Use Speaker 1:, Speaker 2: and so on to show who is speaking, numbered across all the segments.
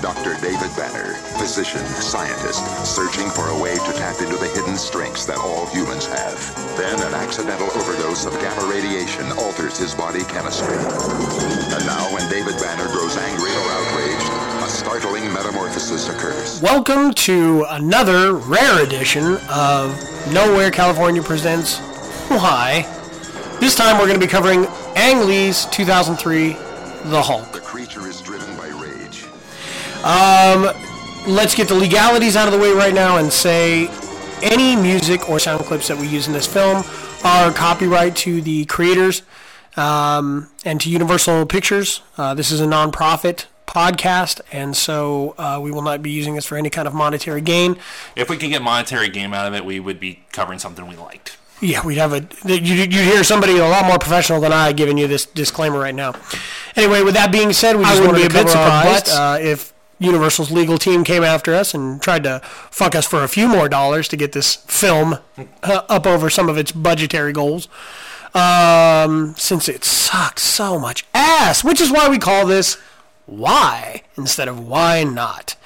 Speaker 1: Dr. David Banner, physician, scientist, searching for a way to tap into the hidden strengths that all humans have. Then an accidental overdose of gamma radiation alters his body chemistry. And now, when David Banner grows angry or outraged, a startling metamorphosis occurs.
Speaker 2: Welcome to another rare edition of Nowhere California Presents Why. This time we're going to be covering Ang Lee's 2003 The Hulk.
Speaker 1: The creature is driven by rage.
Speaker 2: Let's get the legalities out of the way right now and say any music or sound clips that we use in this film are copyright to the creators um, and to Universal Pictures. Uh, this is a nonprofit podcast, and so uh, we will not be using this for any kind of monetary gain.
Speaker 3: If we could get monetary game out of it, we would be covering something we liked.
Speaker 2: Yeah, we'd have a. You, you'd hear somebody a lot more professional than I giving you this disclaimer right now. Anyway, with that being said, we just
Speaker 4: wouldn't
Speaker 2: wanted to
Speaker 4: be a bit
Speaker 2: cover our
Speaker 4: surprised.
Speaker 2: butts. Uh, if Universal's legal team came after us and tried to fuck us for a few more dollars to get this film uh, up over some of its budgetary goals, um, since it sucks so much ass, which is why we call this why instead of why not.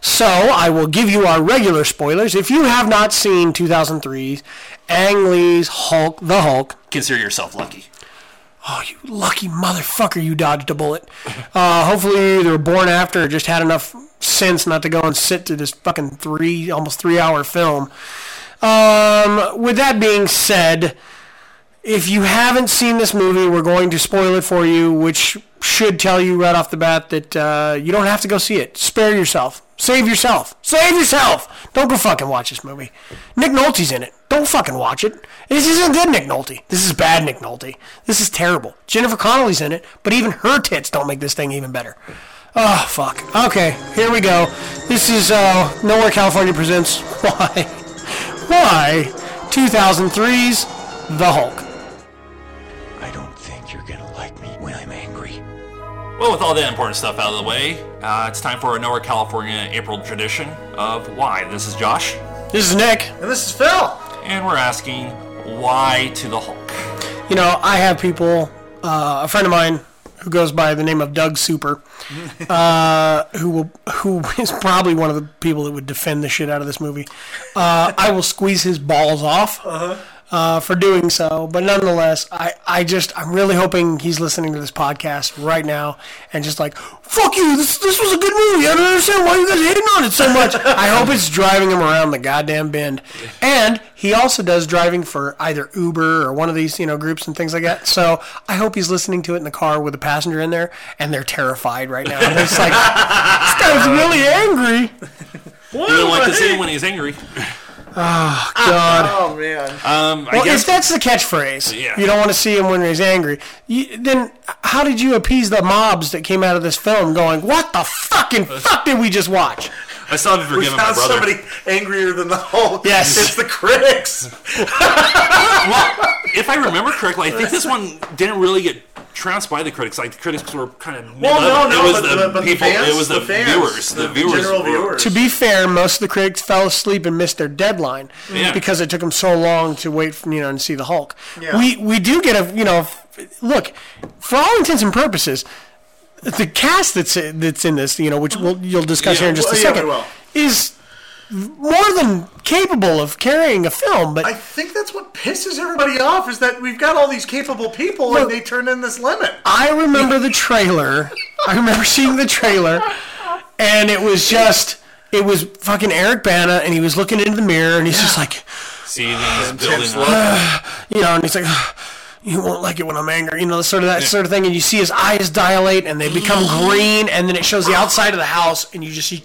Speaker 2: So I will give you our regular spoilers. If you have not seen 2003's Ang Lee's Hulk, the Hulk,
Speaker 3: Consider yourself lucky.
Speaker 2: oh you lucky motherfucker, you dodged a bullet. Uh, hopefully you either were born after or just had enough sense not to go and sit through this fucking three, almost three hour film. Um, with that being said, if you haven't seen this movie, we're going to spoil it for you, which should tell you right off the bat that uh, you don't have to go see it. Spare yourself. Save yourself. Save yourself. Don't go fucking watch this movie. Nick Nolte's in it. Don't fucking watch it. This isn't good Nick Nolte. This is bad Nick Nolte. This is terrible. Jennifer Connelly's in it, but even her tits don't make this thing even better. Oh, fuck. Okay, here we go. This is uh, Nowhere California Presents Why. Why 2003's The Hulk.
Speaker 5: I don't think you're gonna like me when I'm angry.
Speaker 3: Well, with all that important stuff out of the way, uh, it's time for our Nowhere, California April tradition of why. This is Josh,
Speaker 2: This is Nick.
Speaker 4: And this is Phil.
Speaker 3: and we're asking why to the Hulk.
Speaker 2: You know, I have people, uh, a friend of mine who goes by the name of Doug Super, uh, who will, who is probably one of the people that would defend the shit out of this movie. Uh, I will squeeze his balls off uh, for doing so, but nonetheless, I, I just, I'm really hoping he's listening to this podcast right now and just like, fuck you, this, this was a good movie. I don't understand why you guys hating on it so much. I hope it's driving him around the goddamn bend. And he also does driving for either Uber or one of these, you know, groups and things like that. So I hope he's listening to it in the car with a passenger in there and they're terrified right now. And it's like, this guy's really angry.
Speaker 3: We don't like to see him when he's angry.
Speaker 2: God.
Speaker 4: Oh, man.
Speaker 3: Um, I
Speaker 2: Well,
Speaker 3: guess
Speaker 2: if that's the catchphrase,
Speaker 3: Yeah.
Speaker 2: you don't want to see him when he's angry. You, then how did you appease the mobs that came out of this film, going, "What the fucking fuck did we just watch?"
Speaker 3: I still haven't
Speaker 6: We
Speaker 3: forgiven my
Speaker 6: found
Speaker 3: brother.
Speaker 6: somebody angrier than the Hulk.
Speaker 2: Yes.
Speaker 6: It's the critics.
Speaker 3: well, if I remember correctly, I think this one didn't really get trounced by the critics. Like the critics were kind of
Speaker 6: Well, no, no,
Speaker 3: it was
Speaker 6: but
Speaker 3: the
Speaker 6: the- but the
Speaker 3: people,
Speaker 6: fans-
Speaker 3: it was the,
Speaker 6: the fans,
Speaker 3: viewers, the,
Speaker 6: the
Speaker 3: viewers,
Speaker 6: general
Speaker 3: were-
Speaker 6: viewers.
Speaker 2: To be fair, most of the critics fell asleep and missed their deadline
Speaker 3: Yeah.
Speaker 2: because it took them so long to wait, for, you know, and see the Hulk.
Speaker 6: Yeah.
Speaker 2: We we do get a you know, f- look, for all intents and purposes, the cast that's i- that's in this, you know, which we'll, you'll discuss
Speaker 3: Yeah.
Speaker 2: here in just a
Speaker 6: Well, yeah, we
Speaker 2: second,
Speaker 6: will.
Speaker 2: is more than capable of carrying a film. But
Speaker 6: I think that's what pisses everybody off is that we've got all these capable people
Speaker 2: Look-
Speaker 6: and they turn in this limit.
Speaker 2: I remember the trailer. I remember seeing the trailer, and it was just it was fucking Eric Bana, and he was looking into the mirror, and he's just like,
Speaker 3: See these building
Speaker 6: Intense
Speaker 3: up.
Speaker 2: you know, and he's like, you won't like it when I'm angry, you know, sort of that sort of thing. And you see his eyes dilate, and they become green, and then it shows the outside of the house, and you just see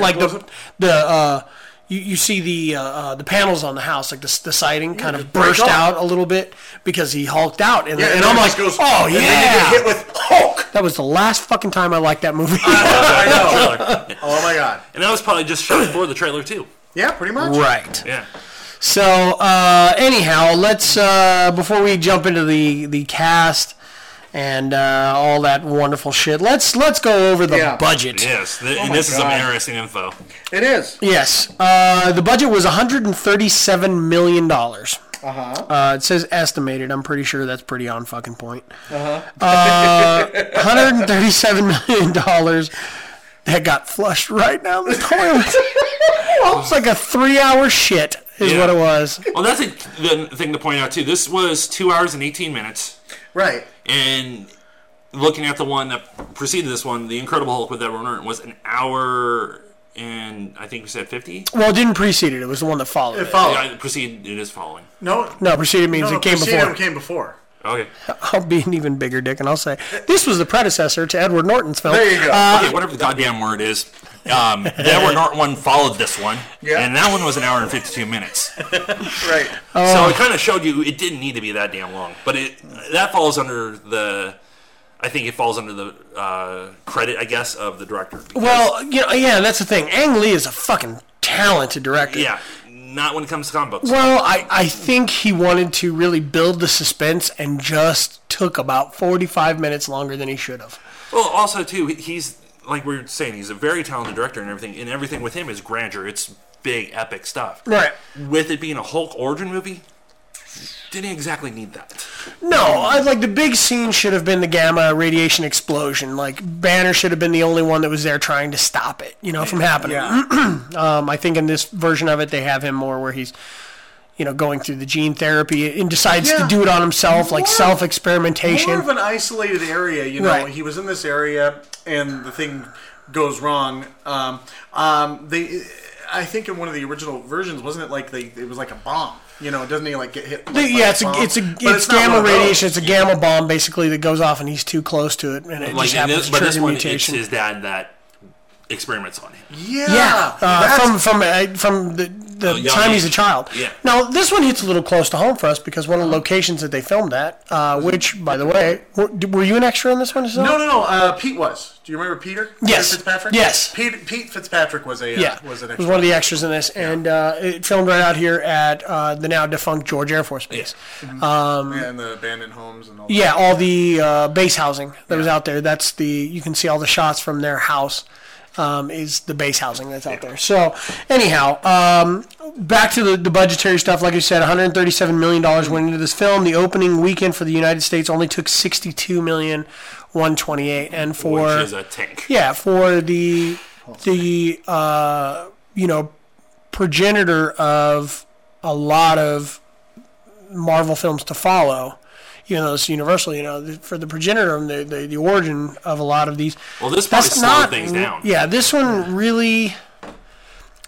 Speaker 2: like the the. Uh, you, you see the uh, uh, the panels on the house, like the, s- the siding, kind of burst
Speaker 6: off.
Speaker 2: out a little bit because he hulked out, and,
Speaker 6: Yeah,
Speaker 2: and
Speaker 6: and
Speaker 2: I'm
Speaker 6: then it
Speaker 2: like,
Speaker 6: just goes-
Speaker 2: oh
Speaker 6: and
Speaker 2: yeah,
Speaker 6: then you get hit with Hulk.
Speaker 2: That was the last fucking time I liked that movie.
Speaker 3: I know.
Speaker 6: Oh my god.
Speaker 3: And that was probably just shot before the trailer too.
Speaker 6: Yeah, pretty much.
Speaker 2: right.
Speaker 3: Yeah.
Speaker 2: So uh, anyhow, let's uh, before we jump into the the cast and uh, all that wonderful shit, let's let's go over the
Speaker 6: Yeah.
Speaker 2: budget.
Speaker 3: Yes. th- and this is some
Speaker 6: Oh God.
Speaker 3: interesting info.
Speaker 6: It is.
Speaker 2: Yes, uh, the budget was 137 million dollars. Uh-huh. it says estimated. I'm pretty sure that's pretty on fucking point. Uh-huh. 137 million dollars that got flushed right down the toilet. it's like a three-hour shit is
Speaker 3: Yeah.
Speaker 2: what it was.
Speaker 3: Well, that's a, the thing to point out too. This was two hours and eighteen minutes,
Speaker 6: Right.
Speaker 3: and looking at the one that preceded this one, The Incredible Hulk with Edward Norton was an hour and I think we said fifty.
Speaker 2: Well, it didn't precede it. It was the one that followed.
Speaker 6: It
Speaker 2: It
Speaker 6: followed.
Speaker 3: Yeah, preceded it is following.
Speaker 6: No.
Speaker 2: no, preceded means it came
Speaker 6: Presidio
Speaker 2: before.
Speaker 6: came before.
Speaker 3: Okay.
Speaker 6: Uh,
Speaker 2: I'll be an even bigger dick, and I'll say this was the predecessor to Edward Norton's film. Uh,
Speaker 6: There you go.
Speaker 3: Okay, whatever the goddamn word is. Um, the Edward Norton one followed this one,
Speaker 6: Yeah.
Speaker 3: and that one was an hour and fifty-two minutes.
Speaker 6: right. Oh.
Speaker 3: So it kind of showed you it didn't need to be that damn long, but it that falls under the. I think it falls under the uh, credit, I guess, of the director. because-
Speaker 2: Well, you know, yeah, that's the thing. Ang Lee is a fucking talented director.
Speaker 3: yeah, not when it comes to comic books.
Speaker 2: Well, I, I think he wanted to really build the suspense and just took about 45 minutes longer than he should have.
Speaker 3: Well, also too, he- he's like we were saying, he's a very talented director and everything, and everything with him is grandeur. It's big, epic stuff.
Speaker 2: Right.
Speaker 3: With it being a Hulk origin movie, didn't exactly need that.
Speaker 2: No, I like the big scene should have been the gamma radiation explosion. Like Banner should have been the only one that was there trying to stop it, you know, from happening. um, I think in this version of it they have him more where he's you know going through the gene therapy and decides to
Speaker 6: Yeah.
Speaker 2: do it on himself, like
Speaker 6: More-
Speaker 2: self experimentation.
Speaker 6: More of an isolated area, you know.
Speaker 2: Right.
Speaker 6: He was in this area, and the thing goes wrong. Um, um, they, I think, in one of the original versions, wasn't it like they? It was like a bomb, you know. Doesn't he like get hit?
Speaker 2: The-
Speaker 6: like, by
Speaker 2: yeah, it's a,
Speaker 6: bomb?
Speaker 2: it's a
Speaker 6: But
Speaker 2: it's,
Speaker 6: not
Speaker 2: gamma
Speaker 6: one of those.
Speaker 2: radiation. It's a gamma bomb basically that goes off, and he's too close to it, and it
Speaker 3: Like,
Speaker 2: just
Speaker 3: in
Speaker 2: happens
Speaker 3: this,
Speaker 2: to
Speaker 3: but
Speaker 2: trigger
Speaker 3: this one,
Speaker 2: mutation.
Speaker 3: it's his dad that experiments on him.
Speaker 6: Yeah,
Speaker 2: yeah, uh,
Speaker 6: that's-
Speaker 2: from from uh, from the, the
Speaker 3: young
Speaker 2: time he's a
Speaker 3: age.
Speaker 2: child.
Speaker 3: Yeah.
Speaker 2: Now this one hits a little close to home for us because one of the locations that they filmed at, uh, which by the way, were, were you an extra in this one? As well?
Speaker 6: No, no, no. Uh, Pete was. Do you remember Peter?
Speaker 2: Yes.
Speaker 6: Peter Fitzpatrick.
Speaker 2: Yes.
Speaker 6: Pete, Pete Fitzpatrick was a uh,
Speaker 2: Yeah,
Speaker 6: was an
Speaker 2: It
Speaker 6: extra.
Speaker 2: one of the extras in this, and uh, it filmed right out here at uh, the now defunct George Air Force Base.
Speaker 6: Yeah, and the abandoned homes and all.
Speaker 2: Yeah, all the uh, base housing that was out there. That's the you can see all the shots from their house. Um, is the base housing that's out there. So, anyhow, um, back to the, the budgetary stuff. Like I said, 137 million dollars went into this film. The opening weekend for the United States only took 62 million 128, and for
Speaker 3: Which is a tank.
Speaker 2: yeah, for the the uh, you know progenitor of a lot of Marvel films to follow, even though it's Universal. You know, the, for the progenitor, of the, the the origin of a lot of these.
Speaker 3: Well, this probably slowed things down.
Speaker 2: Yeah, this one really.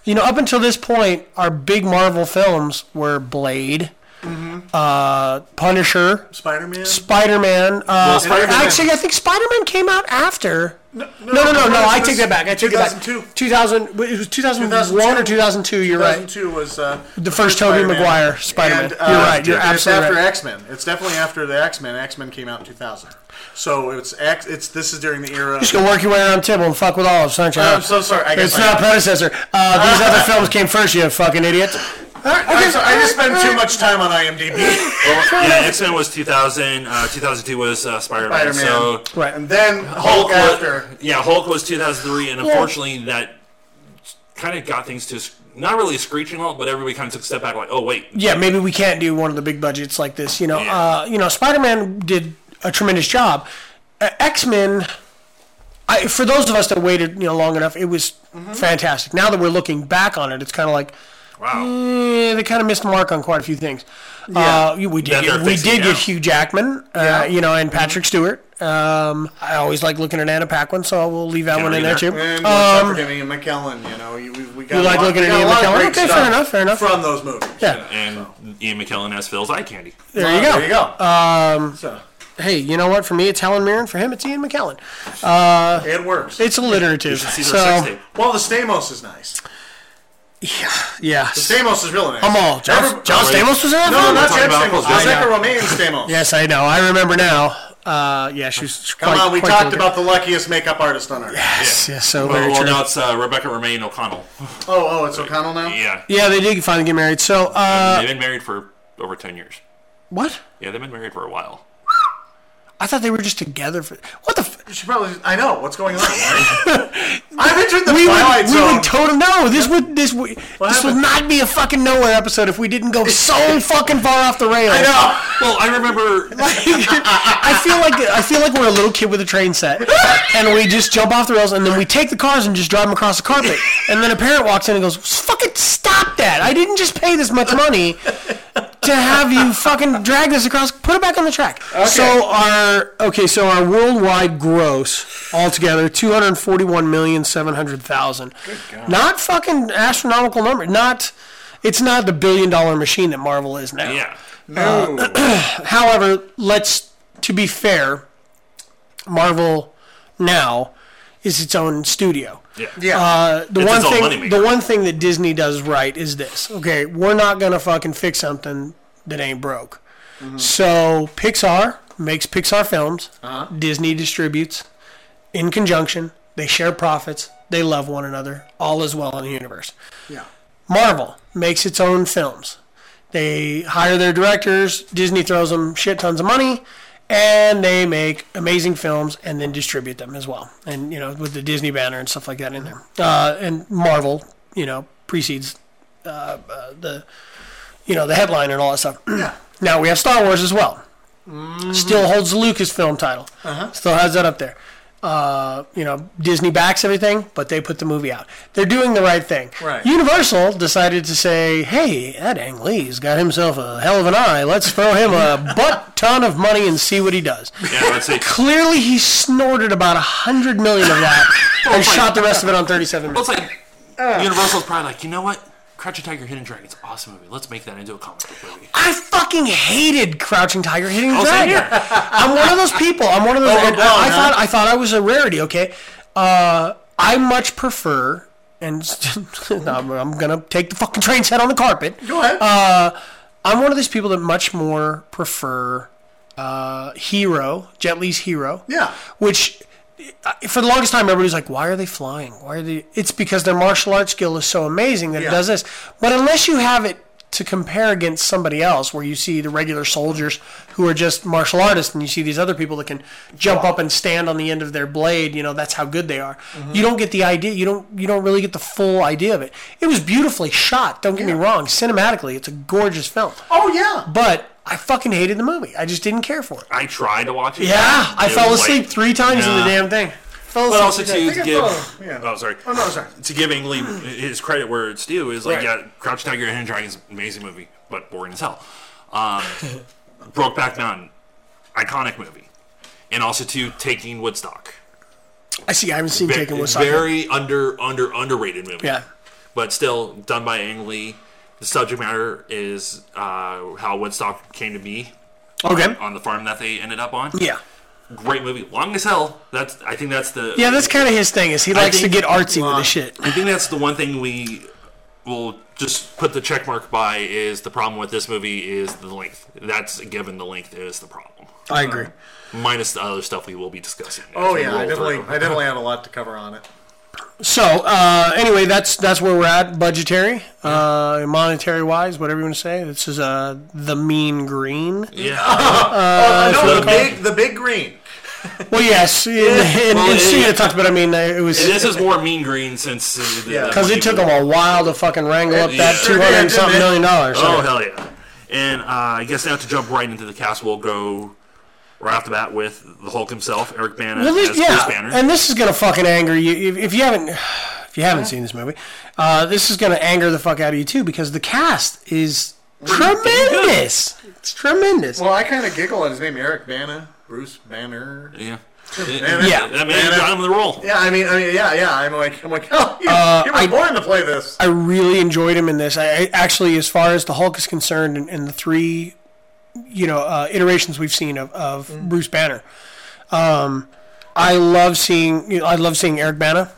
Speaker 2: You know, up until this point, our big Marvel films were Blade,
Speaker 3: Mm-hmm.
Speaker 2: uh, Punisher,
Speaker 6: Spider Man.
Speaker 2: Spider Man. Uh,
Speaker 3: Spider-Man-
Speaker 2: Actually, I think Spider Man came out after. No, no, no, no.
Speaker 6: no, no,
Speaker 2: I
Speaker 6: it
Speaker 2: take
Speaker 6: was
Speaker 2: that back. I take it
Speaker 6: 2002.
Speaker 2: back. 2000. wait, It was 2001 or 2002. You're right.
Speaker 6: 2002 was uh,
Speaker 2: The first Tobey
Speaker 6: Spider-Man.
Speaker 2: Maguire Spider-Man.
Speaker 6: And, uh,
Speaker 2: You're right. You're
Speaker 6: it's
Speaker 2: absolutely
Speaker 6: after
Speaker 2: right.
Speaker 6: X Men. It's definitely after the X Men. X Men came out in 2000. So it's X. It's this is during the era.
Speaker 2: Just gonna work your way around Tibble and fuck with all of Sunshine.
Speaker 6: Oh, I'm so sorry. I guess
Speaker 2: it's
Speaker 6: I-
Speaker 2: not predecessor. Uh, these other films came first. You fucking idiot.
Speaker 6: I'm sorry, I just spend too much time on IMDb.
Speaker 3: Well, yeah, X Men was 2000. Uh, 2002 was uh, Spider Man.
Speaker 6: Spider-Man.
Speaker 3: So
Speaker 2: Right.
Speaker 6: and then Hulk
Speaker 3: Hulk
Speaker 6: after.
Speaker 3: Was, yeah, Hulk was 2003, and unfortunately that kind of got things to s- not really a screeching halt, but everybody kind of took a step back, like, oh wait,
Speaker 2: yeah, maybe we can't do one of the big budgets like this. You know,
Speaker 3: Yeah.
Speaker 2: uh, you know, Spider Man did a tremendous job. Uh, X Men, I for those of us that waited you know long enough, it was
Speaker 6: Mm-hmm.
Speaker 2: fantastic. Now that we're looking back on it, it's kind of like
Speaker 3: wow,
Speaker 2: eh, they kind of missed the mark on quite a few things. Uh, you- we
Speaker 3: That
Speaker 2: did
Speaker 3: they're
Speaker 2: get, we
Speaker 3: fixing
Speaker 2: did
Speaker 3: now.
Speaker 2: get Hugh Jackman, uh, you know, and Patrick Stewart. Um, I always like looking at Anna Paquin, so we'll leave that one in there too.
Speaker 6: And um, forgetting McKellen, you know, you, we, we got
Speaker 2: You
Speaker 6: a
Speaker 2: like
Speaker 6: lot-
Speaker 2: looking
Speaker 6: we
Speaker 2: at
Speaker 6: got a
Speaker 2: Ian
Speaker 6: lot of
Speaker 2: McKellen?
Speaker 6: great
Speaker 2: Okay, fair
Speaker 6: stuff
Speaker 2: enough, fair enough.
Speaker 6: From those movies,
Speaker 2: Yeah,
Speaker 3: and Ian McKellen has Phil's eye candy.
Speaker 2: there you go.
Speaker 6: There you go. Um, so
Speaker 2: Hey, you know what? For me, it's Helen Mirren. For him, it's Ian McKellen.
Speaker 6: it works.
Speaker 2: It's alliterative.
Speaker 3: You should see their sex
Speaker 2: So
Speaker 3: tape.
Speaker 6: well, the Stamos is nice.
Speaker 2: yeah,
Speaker 6: Stamos is really nice.
Speaker 2: I'm all. John,
Speaker 6: Every-
Speaker 2: John
Speaker 3: Every-
Speaker 2: Stamos was in that
Speaker 6: No,
Speaker 2: film?
Speaker 6: not
Speaker 3: talking
Speaker 6: Jeff
Speaker 3: about
Speaker 6: Stamos.
Speaker 3: Hulk.
Speaker 6: Jessica Romaine Stamos.
Speaker 2: Yes, I know. I remember now. Uh, yeah, she's
Speaker 6: Come on, we talked about the luckiest makeup artist on earth.
Speaker 2: Yes, yes, so
Speaker 3: Well,
Speaker 2: very
Speaker 3: well,
Speaker 2: true.
Speaker 3: now it's uh, Rebecca Romaine O'Connell.
Speaker 6: Oh, oh, it's O'Connell now.
Speaker 3: Yeah.
Speaker 2: Yeah, they did finally get married. So, uh,
Speaker 3: They've been married for over 10 years.
Speaker 2: what?
Speaker 3: Yeah, they've been married for a while.
Speaker 2: I thought they were just together for what the. F-
Speaker 6: You should probably. I know what's going on. Right? I pictured the
Speaker 2: we
Speaker 6: Twilight
Speaker 2: would, we
Speaker 6: Zone.
Speaker 2: would totally no. This would this would, this would
Speaker 6: happened?
Speaker 2: not be a fucking nowhere episode if we didn't go so fucking far off the rails.
Speaker 6: I know.
Speaker 3: Well, I remember.
Speaker 2: I feel like I feel like we're a little kid with a train set, and we just jump off the rails, and then we take the cars and just drive them across the carpet, and then a parent walks in and goes, "Fucking stop that! I didn't just pay this much money to have you fucking drag this across. Put it back on the track." So our okay, so our worldwide gross altogether two hundred forty-one million seven hundred thousand. Not fucking astronomical number. Not. It's not the billion-dollar machine that Marvel is now.
Speaker 3: Yeah.
Speaker 2: However, let's to be fair, Marvel now is its own studio.
Speaker 3: Yeah.
Speaker 6: Yeah.
Speaker 2: Uh, the
Speaker 3: It's
Speaker 2: one
Speaker 3: its own
Speaker 2: thing,
Speaker 3: moneymaker.
Speaker 2: the one thing that Disney does right is this. Okay, we're not gonna fucking fix something that ain't broke.
Speaker 3: Mm-hmm.
Speaker 2: So Pixar makes Pixar films.
Speaker 3: Uh-huh.
Speaker 2: Disney distributes in conjunction. They share profits. They love one another. All is well in the universe.
Speaker 6: yeah.
Speaker 2: Marvel makes its own films. They hire their directors, Disney throws them shit tons of money, and they make amazing films and then distribute them as well. And, you know, with the Disney banner and stuff like that in there. Uh, and Marvel, you know, precedes uh, uh, the, you know, the headline and all that stuff. now we have Star Wars as well. Still holds the Lucasfilm title. Still has that up there uh, you know, Disney backs everything, but they put the movie out. They're doing the right thing.
Speaker 6: Right.
Speaker 2: Universal decided to say, "Hey, that Ang Lee's got himself a hell of an eye. Let's throw him a butt ton of money and see what he does."
Speaker 3: Yeah, I'd say.
Speaker 2: Clearly, he snorted about a hundred million of that and shot the rest of it on thirty-seven
Speaker 3: Well,
Speaker 2: minutes.
Speaker 3: it's like Universal's probably like, you know what? Crouching Tiger, Hidden Dragon. It's an awesome movie. Let's make that into a comic book movie.
Speaker 2: I fucking hated Crouching Tiger, Hitting
Speaker 3: Oh, same
Speaker 2: Dragon.
Speaker 3: here.
Speaker 2: I'm one of those people. I'm one of those.
Speaker 6: Overblown,
Speaker 2: I, I
Speaker 6: huh?
Speaker 2: thought I thought I was a rarity. Okay, uh, I much prefer, and I'm, I'm gonna take the fucking train set on the carpet.
Speaker 6: Go ahead.
Speaker 2: I'm one of those people that much more prefer uh, Hero, Jet Li's Hero.
Speaker 6: Yeah.
Speaker 2: Which, uh, for the longest time, everybody's like, why are they flying? Why are they? It's because their martial arts skill is so amazing that
Speaker 6: Yeah.
Speaker 2: it does this. But unless you have it to compare against somebody else, where you see the regular soldiers who are just martial artists, and you see these other people that can jump up and stand on the end of their blade, you know that's how good they are.
Speaker 3: Mm-hmm.
Speaker 2: You don't get the idea. You don't. You don't really get the full idea of it. It was beautifully shot. Don't get me wrong. Cinematically, it's a gorgeous film.
Speaker 6: oh yeah.
Speaker 2: But I fucking hated the movie. I just didn't care for it.
Speaker 3: I tried to watch it.
Speaker 2: Yeah, I
Speaker 3: It
Speaker 2: fell
Speaker 3: was like-
Speaker 2: asleep three times in the
Speaker 3: Nah.
Speaker 2: damn thing. Fell
Speaker 3: But
Speaker 2: asleep
Speaker 3: also
Speaker 2: three
Speaker 3: to,
Speaker 2: times.
Speaker 3: to
Speaker 6: I
Speaker 3: give,
Speaker 6: follow- yeah.
Speaker 3: oh sorry,
Speaker 6: Oh, no, sorry.
Speaker 3: to give Ang Lee his credit where it's due is like
Speaker 2: Right.
Speaker 3: yeah, Crouch Tiger Hidden Dragon's an amazing movie, but boring as hell. Um, Brokeback Mountain, iconic movie, and also to Taking Woodstock,
Speaker 2: I see. I haven't seen
Speaker 3: Ve-
Speaker 2: Taken with
Speaker 3: very under under underrated movie.
Speaker 2: Yeah.
Speaker 3: but still done by Ang Lee. The subject matter is uh, how Woodstock came to be
Speaker 2: Okay.
Speaker 3: on the farm that they ended up on.
Speaker 2: Yeah.
Speaker 3: great movie, long as hell. That's I think that's the
Speaker 2: Yeah, that's kind of his thing. Is he likes
Speaker 3: think-
Speaker 2: to get artsy with his shit.
Speaker 3: I think that's the one thing we will just put the check mark by is the problem with this movie is the length. That's a given. The length is the problem,
Speaker 2: I agree.
Speaker 3: minus the other stuff we will be discussing. as
Speaker 6: Oh
Speaker 3: we
Speaker 6: yeah.
Speaker 3: roll
Speaker 6: I definitely,
Speaker 3: through.
Speaker 6: I definitely had a lot to cover on it.
Speaker 2: So uh, anyway, that's that's where we're at, budgetary, uh, monetary wise, whatever you want to say. This is uh, the mean green.
Speaker 3: yeah.
Speaker 6: no, the big, the big green.
Speaker 2: Well, yes, in, in,
Speaker 3: Well,
Speaker 2: in
Speaker 3: it-
Speaker 2: Cena talked, but I mean, uh, it was
Speaker 3: this is more mean green since uh, the-
Speaker 6: Yeah.
Speaker 3: the
Speaker 2: because it
Speaker 3: money
Speaker 2: took
Speaker 3: was-
Speaker 2: him a while to fucking wrangle up
Speaker 6: It
Speaker 2: that two
Speaker 6: sure did,
Speaker 2: hundred
Speaker 6: didn't
Speaker 2: something
Speaker 6: it?
Speaker 2: million dollars.
Speaker 3: Oh hell yeah! And uh, I guess now to jump right into the cast, we'll go right off the bat with the Hulk himself, Eric Bana
Speaker 2: Well,
Speaker 3: as
Speaker 2: this,
Speaker 3: Bruce
Speaker 2: yeah,
Speaker 3: Banner.
Speaker 2: and this is gonna fucking anger you if, if you haven't if you haven't seen this movie. Uh, this is gonna anger the fuck out of you too because the cast is tremendous. It's tremendous.
Speaker 6: Well, I kind of giggle at his name, Eric Bana, Bruce Banner.
Speaker 3: yeah,
Speaker 2: Yeah.
Speaker 3: that man got him the role.
Speaker 6: Yeah, I mean, I mean, yeah, yeah. I'm like, I'm like, oh, you, you were born to play this.
Speaker 2: I really enjoyed him in this. I, I actually, as far as the Hulk is concerned, and, and the three, you know, uh, iterations we've seen of, of Bruce Banner, um, I love seeing. You know, I love seeing Eric Bana.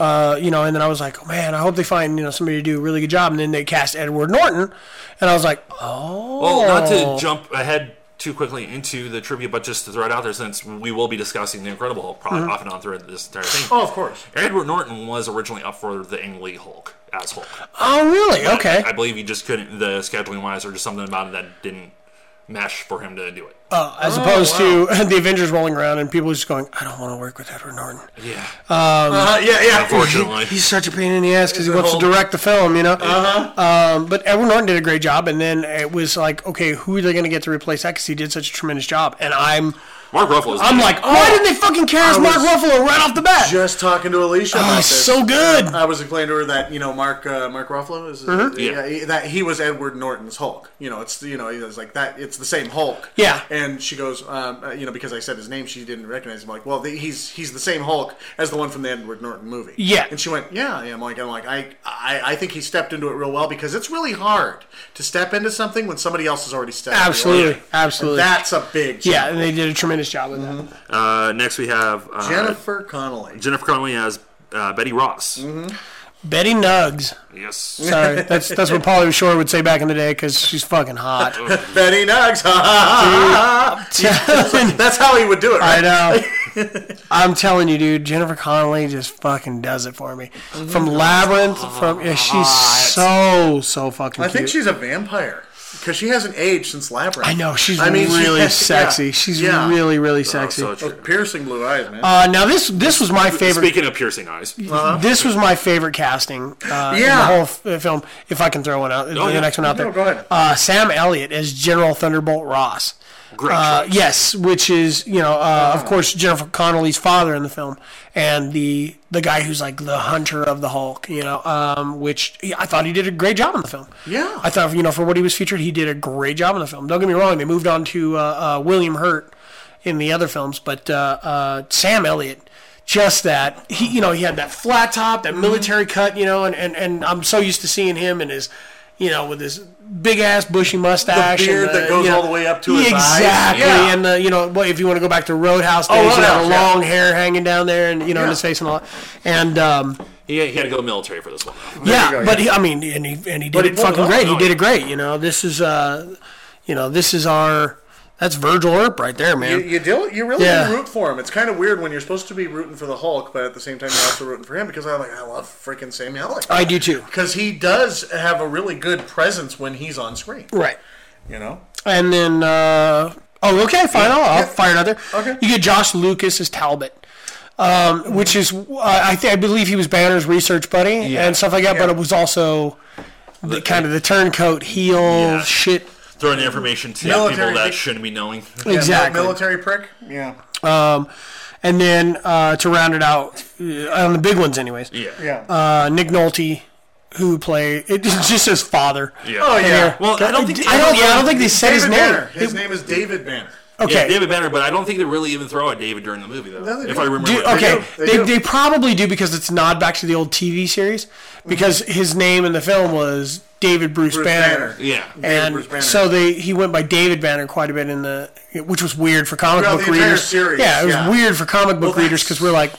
Speaker 2: Uh, you know, and then I was like, oh, man, I hope they find you know somebody to do a really good job. And then they cast Edward Norton, and I was like, oh,
Speaker 3: Well, not to jump ahead too quickly into the tribute, but just to throw it out there, since we will be discussing the Incredible Hulk probably
Speaker 2: Mm-hmm.
Speaker 3: off and on through this entire thing.
Speaker 6: Oh, of course.
Speaker 3: Edward Norton was originally up for the Ang Lee Hulk as Hulk.
Speaker 2: Oh, really? Okay.
Speaker 3: I believe he just couldn't the scheduling wise or just something about it that didn't mesh for him to do it.
Speaker 6: Oh,
Speaker 2: Uh, as opposed to the Avengers rolling around and people just going, I don't want to work with Edward Norton.
Speaker 3: yeah.
Speaker 6: Uh, yeah, yeah.
Speaker 3: Unfortunately.
Speaker 2: He's such a pain in the ass because he
Speaker 6: It's a
Speaker 2: wants to
Speaker 6: whole- Uh-huh.
Speaker 2: direct the film, you know. Uh huh. Um, but Edward Norton did a great job, and then it was like, okay, who are they going to get to replace that? Because he did such a tremendous job, and I'm,
Speaker 3: Mark Ruffalo is
Speaker 2: I'm like, oh! why did they fucking cast
Speaker 6: Oh, I
Speaker 2: Mark
Speaker 6: was
Speaker 2: Ruffalo right off the bat?
Speaker 6: Just talking to Alicia
Speaker 2: oh,
Speaker 6: about
Speaker 2: he's
Speaker 6: this. Uh,
Speaker 2: so good.
Speaker 6: I was explaining to her that you know Mark uh, Mark Ruffalo is yeah,
Speaker 3: Yeah.
Speaker 6: he- that he was Edward Norton's Hulk. You know, it's you know it's like that. It's the same Hulk.
Speaker 2: Yeah.
Speaker 6: And she goes, um, uh, you know, because I said his name, she didn't recognize him. Like, well, the, he's he's the same Hulk as the one from the Edward Norton movie.
Speaker 2: Yeah.
Speaker 6: And she went, yeah, yeah. I'm like, I'm like, I, I I think he stepped into it real well because it's really hard to step into something when somebody else has already stepped. into it.
Speaker 2: Absolutely, absolutely.
Speaker 6: That's a big
Speaker 2: yeah, and they did a tremendous job with
Speaker 6: Mm-hmm.
Speaker 2: that.
Speaker 3: Uh, next we have uh,
Speaker 6: Jennifer Connelly.
Speaker 3: Jennifer Connelly as uh, Betty Ross.
Speaker 2: Mm-hmm. Betty Nuggs.
Speaker 3: Yes.
Speaker 2: Sorry, that's that's what Polly Shore would say back in the day because she's fucking hot.
Speaker 6: Betty Nuggs. ha, ha, ha, ha. That's how he would do it,
Speaker 2: I
Speaker 6: right?
Speaker 2: know. I'm telling you, dude. Jennifer Connelly just fucking does it for me. From Labyrinth, from yeah, she's so so fucking.
Speaker 6: I think
Speaker 2: cute.
Speaker 6: she's a vampire because she hasn't aged since Labyrinth.
Speaker 2: I know she's
Speaker 6: she
Speaker 2: really
Speaker 6: has-
Speaker 2: sexy.
Speaker 6: yeah,
Speaker 2: She's
Speaker 6: yeah.
Speaker 2: really really sexy.
Speaker 3: So true.
Speaker 6: Those piercing blue eyes, man.
Speaker 2: uh, now this this was my favorite.
Speaker 3: Speaking of piercing eyes,
Speaker 2: This was my favorite casting. Uh, in
Speaker 6: Yeah.
Speaker 2: the whole f- uh, film. If I can throw one out, the
Speaker 3: yeah.
Speaker 2: next one out there.
Speaker 6: No, go ahead.
Speaker 2: Uh, Sam Elliott as General Thunderbolt Ross.
Speaker 3: great.
Speaker 2: Uh,
Speaker 3: choice.
Speaker 2: yes, which is you know, uh, of course, Jennifer Connelly's father in the film, and the the guy who's like the hunter of the Hulk, you know, um, which yeah, I thought he did a great job in the film.
Speaker 6: Yeah.
Speaker 2: I thought you know for what he was featured, he did a great job in the film. Don't get me wrong; they moved on to uh, uh, William Hurt in the other films, but uh, uh, Sam Elliott. Just that he, you know, he had that flat top,
Speaker 6: Mm-hmm.
Speaker 2: that military cut, you know, and, and, and I'm so used to seeing him and his, you know, with his big ass bushy mustache, and
Speaker 6: beard that goes
Speaker 2: you know-
Speaker 6: all the way up to his eyes.
Speaker 2: exactly,
Speaker 6: Yeah. Oh,
Speaker 2: and the, you know, well, if you want to go back to Roadhouse days, you know,
Speaker 6: Roadhouse,
Speaker 2: the
Speaker 6: yeah.
Speaker 2: long hair hanging down there, and you know, in
Speaker 6: Yeah.
Speaker 2: his face and all. that. And um,
Speaker 3: he, he had to go military for this one.
Speaker 2: yeah,
Speaker 6: go,
Speaker 2: but he, I mean, and he and he did it
Speaker 6: he pulled it
Speaker 2: fucking
Speaker 6: off.
Speaker 2: great. He
Speaker 3: Oh,
Speaker 2: did
Speaker 3: yeah.
Speaker 2: it great. You know, this is uh, you know, this is our that's Virgil Earp right there,
Speaker 6: You,
Speaker 2: man.
Speaker 6: you do. You really
Speaker 2: Yeah.
Speaker 6: do root for him. It's kind of weird when you're supposed to be rooting for the Hulk, but at the same time you're also rooting for him because I like I love freaking Sam Elliott
Speaker 2: I do too.
Speaker 6: because he does have a really good presence when he's on screen.
Speaker 2: Right,
Speaker 6: You know.
Speaker 2: and then uh, oh, okay, fine. I'll, I'll fire another.
Speaker 6: Okay.
Speaker 2: you get Josh Lucas as Talbot. Um, which is, uh, I think, I believe he was Banner's research buddy and stuff like that, but it was also the kind of the turncoat heel
Speaker 3: Yeah.
Speaker 2: shit
Speaker 3: Throwing the information to
Speaker 6: Military-
Speaker 3: people that shouldn't be knowing.
Speaker 6: Yeah,
Speaker 2: Exactly.
Speaker 6: Military prick. Yeah.
Speaker 2: and then uh, to round it out uh, on the big ones, anyways.
Speaker 3: Yeah.
Speaker 6: Yeah.
Speaker 2: Uh, Nick Nolte, who play it it's just his father.
Speaker 3: Yeah.
Speaker 6: oh yeah.
Speaker 3: Well, I don't think
Speaker 2: I don't. Yeah, I don't think they said
Speaker 6: David
Speaker 2: his name.
Speaker 6: Banner. His name is David Banner.
Speaker 3: Yeah,
Speaker 2: Okay.
Speaker 3: David Banner, but I don't think they really even throw at David during the movie though.
Speaker 6: No, they
Speaker 3: if
Speaker 6: do.
Speaker 3: I remember.
Speaker 2: Do,
Speaker 3: right.
Speaker 2: okay,
Speaker 6: They do. They
Speaker 2: they,
Speaker 6: do.
Speaker 2: they, probably do because it's a nod back to the old TV series because his name in the film was David Bruce,
Speaker 6: Mm-hmm. Bruce
Speaker 2: Banner.
Speaker 6: Banner.
Speaker 3: Yeah.
Speaker 2: And
Speaker 6: Bruce Banner.
Speaker 2: so they he went by David Banner quite a bit in the which was weird for comic
Speaker 6: Throughout
Speaker 2: book
Speaker 6: the entire
Speaker 2: readers.
Speaker 6: series,
Speaker 2: yeah, it was
Speaker 6: yeah.
Speaker 2: weird for comic book
Speaker 6: Well,
Speaker 2: readers because we're like,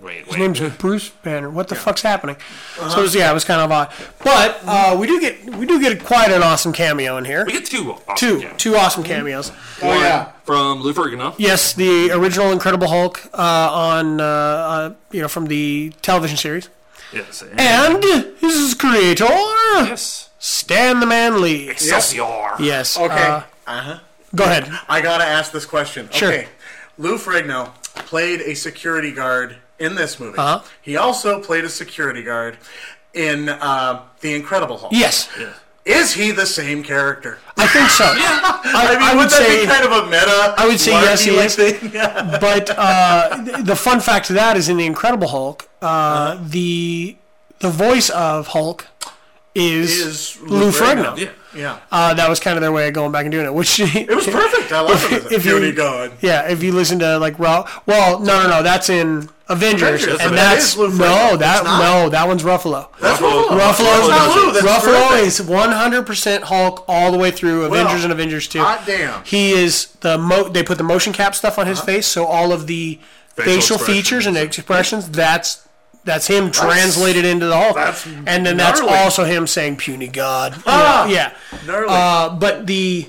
Speaker 3: Wait. Wait.
Speaker 2: His name's Bruce Banner. What the fuck's happening?
Speaker 6: Uh-huh.
Speaker 2: So it was, yeah, it was kind of odd. But uh, we do get we do get quite an awesome cameo in here.
Speaker 3: we get two. Awesome,
Speaker 2: Two
Speaker 3: yeah.
Speaker 2: two awesome cameos.
Speaker 6: Oh yeah.
Speaker 3: from Lou Ferrigno.
Speaker 2: Yes, the original Incredible Hulk uh, on uh, uh, you know from the television series,
Speaker 3: Yes.
Speaker 2: and his creator
Speaker 3: yes.
Speaker 2: Stan the Man Lee.
Speaker 3: Excelsior.
Speaker 2: Yes.
Speaker 6: Okay.
Speaker 2: uh,
Speaker 6: uh huh.
Speaker 2: go ahead.
Speaker 6: I gotta ask this question.
Speaker 2: Sure.
Speaker 6: Okay. Lou Ferrigno played a security guard in this movie.
Speaker 2: Uh-huh.
Speaker 6: He also played a security guard in uh, The Incredible Hulk.
Speaker 2: Yes,
Speaker 6: Is he the same character?
Speaker 2: I think so. I,
Speaker 6: mean,
Speaker 2: I
Speaker 6: would
Speaker 2: would
Speaker 6: that
Speaker 2: say
Speaker 6: be kind of a meta?
Speaker 2: I would say yes, he
Speaker 6: larky-like
Speaker 2: is.
Speaker 6: Thing? Yeah.
Speaker 2: but uh, th- the fun fact to that is in the Incredible Hulk, uh,
Speaker 6: Uh-huh.
Speaker 2: the the voice of Hulk is,
Speaker 6: Is
Speaker 2: Lou,
Speaker 6: Lou
Speaker 2: Ferrigno.
Speaker 6: Ferrigno.
Speaker 3: Yeah.
Speaker 6: yeah.
Speaker 2: Uh, that was kind of their way of going back and doing it, which
Speaker 6: It was perfect. I love him as a
Speaker 2: if you-
Speaker 6: security guard.
Speaker 2: Yeah, if you listen to like Raw, well, no, no, no, that's in Avengers,
Speaker 6: Avengers,
Speaker 2: and
Speaker 6: but that
Speaker 2: that's
Speaker 6: is Lou
Speaker 2: no,
Speaker 6: Ferrigno.
Speaker 2: that
Speaker 6: It's not.
Speaker 2: no, that one's Ruffalo.
Speaker 6: That's
Speaker 3: Ruffalo-
Speaker 6: Ruffalo.
Speaker 2: Ruffalo,
Speaker 6: Ruffalo's not Lou. That's
Speaker 2: Oh, Ruffalo
Speaker 6: terrific.
Speaker 2: is 100% Hulk all the way through Avengers and Avengers 2.
Speaker 6: hot damn. Uh-huh.
Speaker 2: He is the mo they put the motion cap stuff on his face, so all of the
Speaker 3: Facial
Speaker 2: facial, features and expressions, that's that's him translated into the Hulk.
Speaker 6: that's
Speaker 2: and then that's
Speaker 6: gnarly.
Speaker 2: also him saying puny god.
Speaker 6: Ah!
Speaker 2: yeah.
Speaker 6: Gnarly.
Speaker 2: Uh, but the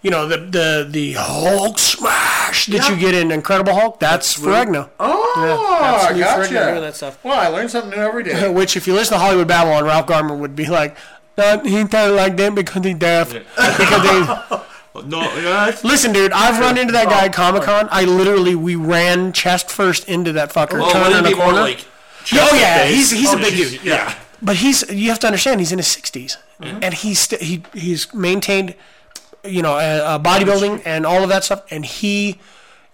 Speaker 2: you know, the the the Hulk smash that you get in Incredible Hulk. That's Ferrigno.
Speaker 6: Oh,
Speaker 2: absolutely
Speaker 6: gotcha.
Speaker 2: friggin' hear that stuff.
Speaker 6: Well, I learn something new every day.
Speaker 2: Which, if you listen to Hollywood Babylon, Ralph Garman would be like, "Not he kind of like them because he deaf." Because they
Speaker 3: No, yeah, it's-
Speaker 2: listen, dude. I've run into that guy at Comic Con. I literally we ran chest first into that fucker.
Speaker 3: well,
Speaker 2: turning
Speaker 3: wouldn't it
Speaker 2: a
Speaker 3: be more
Speaker 2: corner.
Speaker 3: like.
Speaker 2: oh yeah, he's he's a
Speaker 3: Oh,
Speaker 2: big
Speaker 3: she's-
Speaker 2: dude.
Speaker 3: Yeah.
Speaker 2: but he's you have to understand he's in his 60s
Speaker 3: Mm-hmm.
Speaker 2: and he's st- he he's maintained you know uh, uh, bodybuilding and all of that stuff and he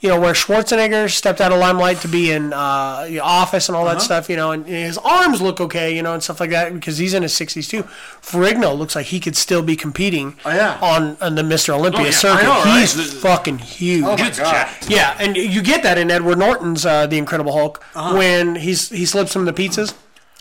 Speaker 2: you know where Schwarzenegger stepped out of limelight to be in uh, the office and all
Speaker 3: Uh-huh.
Speaker 2: that stuff you know and his arms look okay you know and stuff like that because he's in his 60s too Ferrigno looks like he could still be competing
Speaker 6: Oh, yeah.
Speaker 2: on, on the Mr. Olympia
Speaker 3: Oh, yeah, I
Speaker 2: circuit
Speaker 3: know, right?
Speaker 2: he's
Speaker 3: This is-
Speaker 2: fucking huge
Speaker 6: Oh my
Speaker 3: Dude's
Speaker 6: God.
Speaker 3: jacked.
Speaker 2: yeah, and you get that in Edward Norton's uh, The Incredible Hulk
Speaker 6: Uh-huh.
Speaker 2: when he's he slips him the pizzas,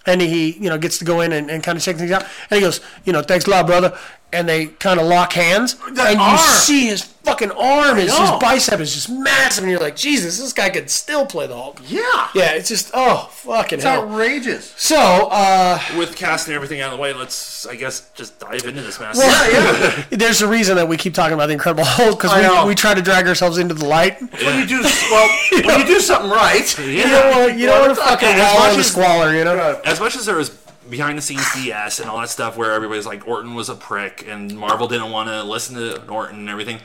Speaker 2: and he you know gets to go in and, and kind of check things out, and he goes, you know, thanks a lot, brother, and they kind of lock hands,
Speaker 6: That
Speaker 2: and
Speaker 6: arm.
Speaker 2: you see his fucking arm, is, his
Speaker 6: know.
Speaker 2: bicep is just massive, and you're like, Jesus, this guy could still play the Hulk.
Speaker 6: Yeah.
Speaker 2: Yeah, it's just oh fucking
Speaker 6: It's
Speaker 2: hell.
Speaker 6: outrageous.
Speaker 2: So uh,
Speaker 3: With casting everything out of the way, let's, I guess, just dive into this mess.
Speaker 2: Well, there's a reason that we keep talking about the Incredible Hulk because
Speaker 6: I know.
Speaker 2: we, we try to drag ourselves into the light.
Speaker 6: When you do well, when you do something right,
Speaker 2: You don't want you don't want to
Speaker 6: Well,
Speaker 2: fucking
Speaker 6: as
Speaker 2: wallow
Speaker 6: much
Speaker 2: in the
Speaker 6: as-
Speaker 2: squalor, you know.
Speaker 3: as much as there was behind the scenes DS and all that stuff where everybody's like Orton was a prick and Marvel didn't want to listen to Orton and everything.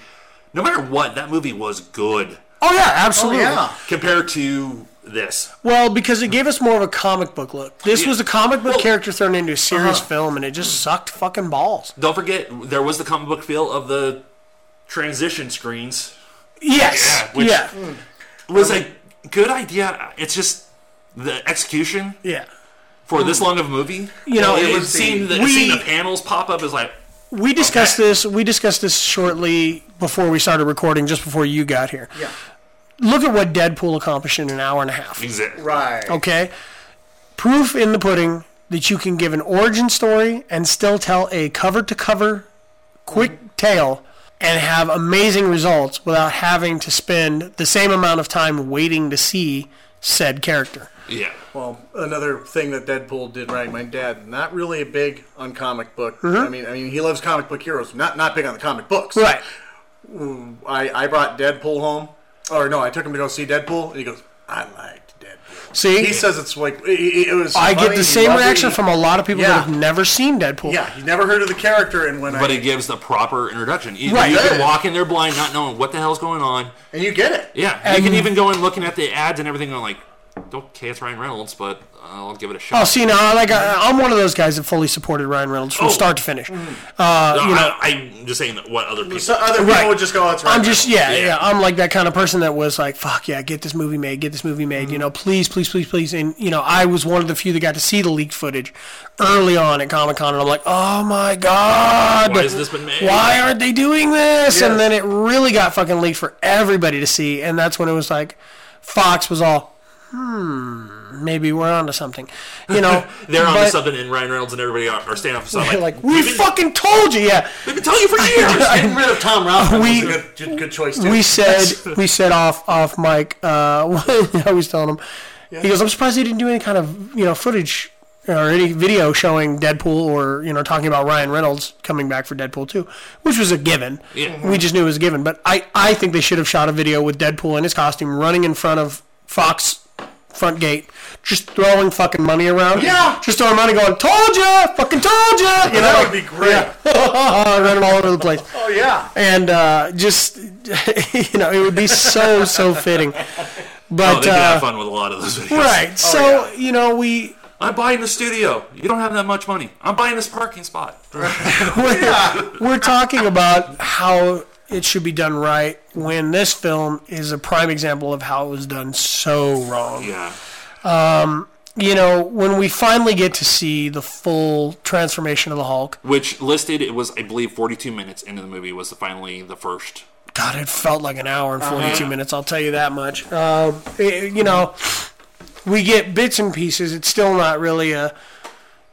Speaker 3: No matter what, that movie was good
Speaker 2: Oh yeah, absolutely.
Speaker 6: yeah.
Speaker 3: compared to this.
Speaker 2: Well, because it gave us more of a comic book look. This was a comic book
Speaker 3: Well-
Speaker 2: character thrown into a serious
Speaker 6: uh-huh.
Speaker 2: film, and it just sucked fucking balls.
Speaker 3: Don't forget, there was the comic book feel of the transition screens.
Speaker 2: Yes. Yeah.
Speaker 3: Yeah, which-
Speaker 2: yeah.
Speaker 3: It was a good idea. It's just the execution for this long of a movie.
Speaker 2: You know,
Speaker 3: it,
Speaker 2: it
Speaker 3: it
Speaker 2: was
Speaker 3: seemed
Speaker 2: the-
Speaker 3: the, seeing
Speaker 2: we-
Speaker 3: the panels pop up is like,
Speaker 2: We discussed this. We discussed this shortly before we started recording, just before you got here.
Speaker 6: Yeah.
Speaker 2: Look at what Deadpool accomplished in an hour and a half.
Speaker 3: exist.
Speaker 6: Right.
Speaker 2: Okay. Proof in the pudding that you can give an origin story and still tell a cover to cover quick tale and have amazing results without having to spend the same amount of time waiting to see said character.
Speaker 3: Yeah.
Speaker 6: Well, another thing that Deadpool did right, my dad, not really big on comic book.
Speaker 2: Mm-hmm.
Speaker 6: I mean, I mean, he loves comic book heroes, not not big on the comic books.
Speaker 2: Right.
Speaker 6: I, I brought Deadpool home, or no, I took him to go see Deadpool, and he goes, "I liked Deadpool."
Speaker 2: See?
Speaker 6: He says it's like it, it- it was.
Speaker 2: I
Speaker 6: funny,
Speaker 2: get
Speaker 6: he
Speaker 2: the same
Speaker 6: loved it,
Speaker 2: reaction
Speaker 6: he-
Speaker 2: from a lot of people
Speaker 6: Yeah.
Speaker 2: that have never seen Deadpool.
Speaker 6: Yeah, he never heard of the character, and when
Speaker 3: But
Speaker 6: I
Speaker 3: it gives the proper introduction. You,
Speaker 2: Right.
Speaker 3: you can walk in there blind, not knowing what the hell's going on.
Speaker 6: and you get it.
Speaker 3: Yeah, you can even go in looking at the ads and everything. And I'm like, okay, it's Ryan Reynolds, but I'll give it a
Speaker 2: Oh,
Speaker 3: shot.
Speaker 2: see, now, like, I, I'm one of those guys that fully supported Ryan Reynolds from
Speaker 3: Oh.
Speaker 2: start to finish.
Speaker 3: No, I, am just saying that what other people.
Speaker 6: So other people
Speaker 2: Right.
Speaker 6: would just go, "That's right."
Speaker 2: I'm just yeah, yeah
Speaker 3: Yeah.
Speaker 2: I'm like that kind of person that was like fuck yeah get this movie made get this movie made
Speaker 3: Mm-hmm.
Speaker 2: you know please please please please and you know I was one of the few that got to see the leaked footage early on at Comic Con and I'm like oh my god
Speaker 3: Why has this been made?
Speaker 2: why aren't they doing this
Speaker 6: Yes.
Speaker 2: and then it really got fucking leaked for everybody to see and that's when it was like Fox was all hmm maybe we're onto something you know
Speaker 3: they're on
Speaker 2: but-
Speaker 3: something, and Ryan Reynolds and everybody are, are standing up for something.
Speaker 2: they're
Speaker 3: Like,
Speaker 2: like we fucking told you yeah
Speaker 3: they've been telling you for years. Oh,
Speaker 6: getting rid of Tom Roth.
Speaker 2: We-
Speaker 6: was a good, good, good choice too.
Speaker 2: we said we said off off mic. Uh, I was telling him. He goes, I'm surprised they didn't do any kind of you know footage or any video showing Deadpool or you know talking about Ryan Reynolds coming back for Deadpool 2, which was a given.
Speaker 3: Yeah.
Speaker 2: We just knew it was a given. But I I think they should have shot a video with Deadpool in his costume running in front of Fox front gate, just throwing fucking money around.
Speaker 6: Yeah.
Speaker 2: Just throwing money, going, told ya, fucking told ya, you know,
Speaker 6: that would be great.
Speaker 2: running all over the place
Speaker 6: Oh yeah.
Speaker 2: and uh, just you know it would be so so fitting
Speaker 3: oh,
Speaker 2: but
Speaker 3: they can
Speaker 2: uh,
Speaker 3: have fun with a lot of those videos.
Speaker 6: Oh,
Speaker 2: right so you know we
Speaker 3: I'm buying the studio. You don't have that much money. I'm buying this parking spot.
Speaker 2: we're, we're talking about how it should be done right when this film is a prime example of how it was done so wrong
Speaker 3: Yeah.
Speaker 2: you know when we finally get to see the full transformation of the hulk
Speaker 3: Which listed it was, I believe, 42 minutes into the movie was the, finally the first.
Speaker 2: god it felt like an hour and 42 minutes i'll tell you that much um, it- you know we get bits and pieces it's still not really a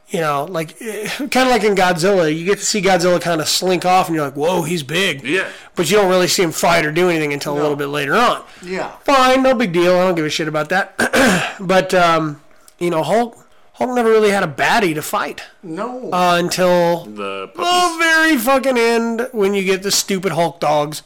Speaker 2: you know, like kind of like in Godzilla, you get to see Godzilla kind of slink off, and you're like, "Whoa, he's big."
Speaker 3: Yeah.
Speaker 2: But you don't really see him fight or do anything until a little bit later on.
Speaker 6: Yeah.
Speaker 2: Fine, no big deal. I don't give a shit about that. but um, you know, Hulk Hulk never really had a baddie to fight
Speaker 6: No.
Speaker 2: uh, until
Speaker 3: The
Speaker 2: the
Speaker 3: puppies.
Speaker 2: very fucking end when you get the stupid Hulk dogs.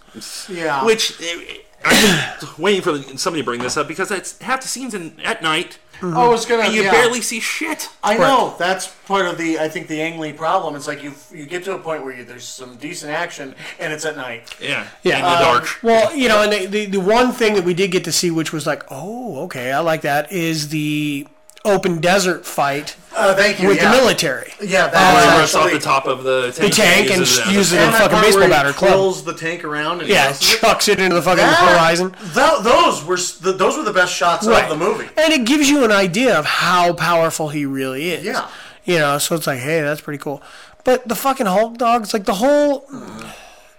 Speaker 6: yeah.
Speaker 3: Which eh, I'm just waiting for somebody to bring this up because that's half the scenes in at night
Speaker 6: oh, it's gonna.
Speaker 3: and you
Speaker 6: yeah.
Speaker 3: barely see shit.
Speaker 6: I know that's part of the I think the Ang Lee problem. It's like you you get to a point where you, there's some decent action and it's at night.
Speaker 3: Yeah,
Speaker 2: Yeah. Uh,
Speaker 3: in the dark.
Speaker 2: Well, you know, and the, the, the one thing that we did get to see, which was like, oh, okay, I like that, is the open desert fight
Speaker 6: Uh, thank you.
Speaker 2: with
Speaker 6: yeah.
Speaker 2: the military.
Speaker 6: Yeah,
Speaker 3: Where he
Speaker 6: that
Speaker 3: rushed
Speaker 6: was
Speaker 3: off
Speaker 6: actually,
Speaker 3: the top of the tank,
Speaker 2: tank and
Speaker 3: uses it as a-
Speaker 2: uses it-
Speaker 6: and
Speaker 2: the
Speaker 6: that
Speaker 2: fucking
Speaker 6: part
Speaker 2: baseball
Speaker 6: where he
Speaker 2: bat or club.
Speaker 6: twirls the tank around and he
Speaker 2: Yeah,
Speaker 6: does it.
Speaker 2: chucks it into the fucking
Speaker 6: That-
Speaker 2: horizon.
Speaker 6: tho- those were s- th- those were the best shots
Speaker 2: Right.
Speaker 6: of the movie.
Speaker 2: And it gives you an idea of how powerful he really is.
Speaker 6: Yeah.
Speaker 2: You know, so it's like, hey, that's pretty cool. But the fucking Hulk dogs, like the whole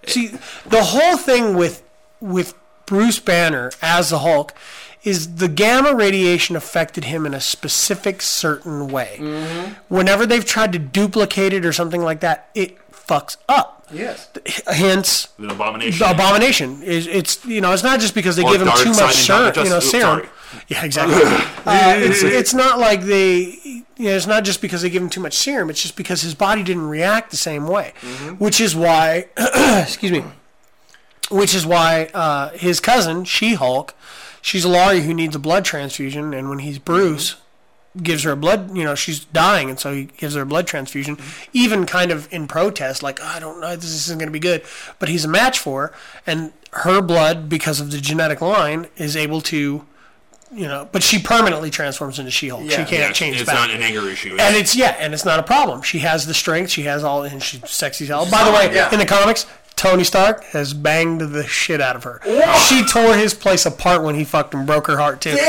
Speaker 2: See, the whole thing with with Bruce Banner as the Hulk is the gamma radiation affected him in a specific certain way.
Speaker 6: Mm-hmm.
Speaker 2: Whenever they've tried to duplicate it or something like that, it fucks up.
Speaker 6: Yes.
Speaker 2: Hence
Speaker 3: an abomination.
Speaker 2: the abomination is it's you know it's not just because they
Speaker 3: Or
Speaker 2: give him
Speaker 3: dark
Speaker 2: too
Speaker 3: side
Speaker 2: much
Speaker 3: and
Speaker 2: ser-
Speaker 3: not
Speaker 2: you know
Speaker 3: just- oops,
Speaker 2: serum.
Speaker 3: sorry.
Speaker 2: Yeah, exactly. uh, it's, it's not like they you know, it's not just because they give him too much serum. It's just because his body didn't react the same way,
Speaker 3: Mm-hmm.
Speaker 2: which is why excuse me, which is why uh, his cousin She Hulk, she's a lawyer who needs a blood transfusion, and when he's Bruce. Gives her a blood, you know, she's dying, and so he gives her a blood transfusion, even kind of in protest, like, "Oh, I don't know, this isn't going to be good. But he's a match for her, and her blood, because of the genetic line, is able to, you know, but she permanently transforms into She Hulk. she
Speaker 6: Yeah.
Speaker 2: can't
Speaker 3: Yeah,
Speaker 2: change
Speaker 3: It's
Speaker 2: back.
Speaker 3: not an anger issue.
Speaker 2: And it's yeah, and it's not a problem. She has the strength. She has all, and she's sexy as hell. By the way,
Speaker 6: Yeah.
Speaker 2: in the comics, Tony Stark has banged the shit out of her. She tore his place apart when he fucked and broke her heart too. I'm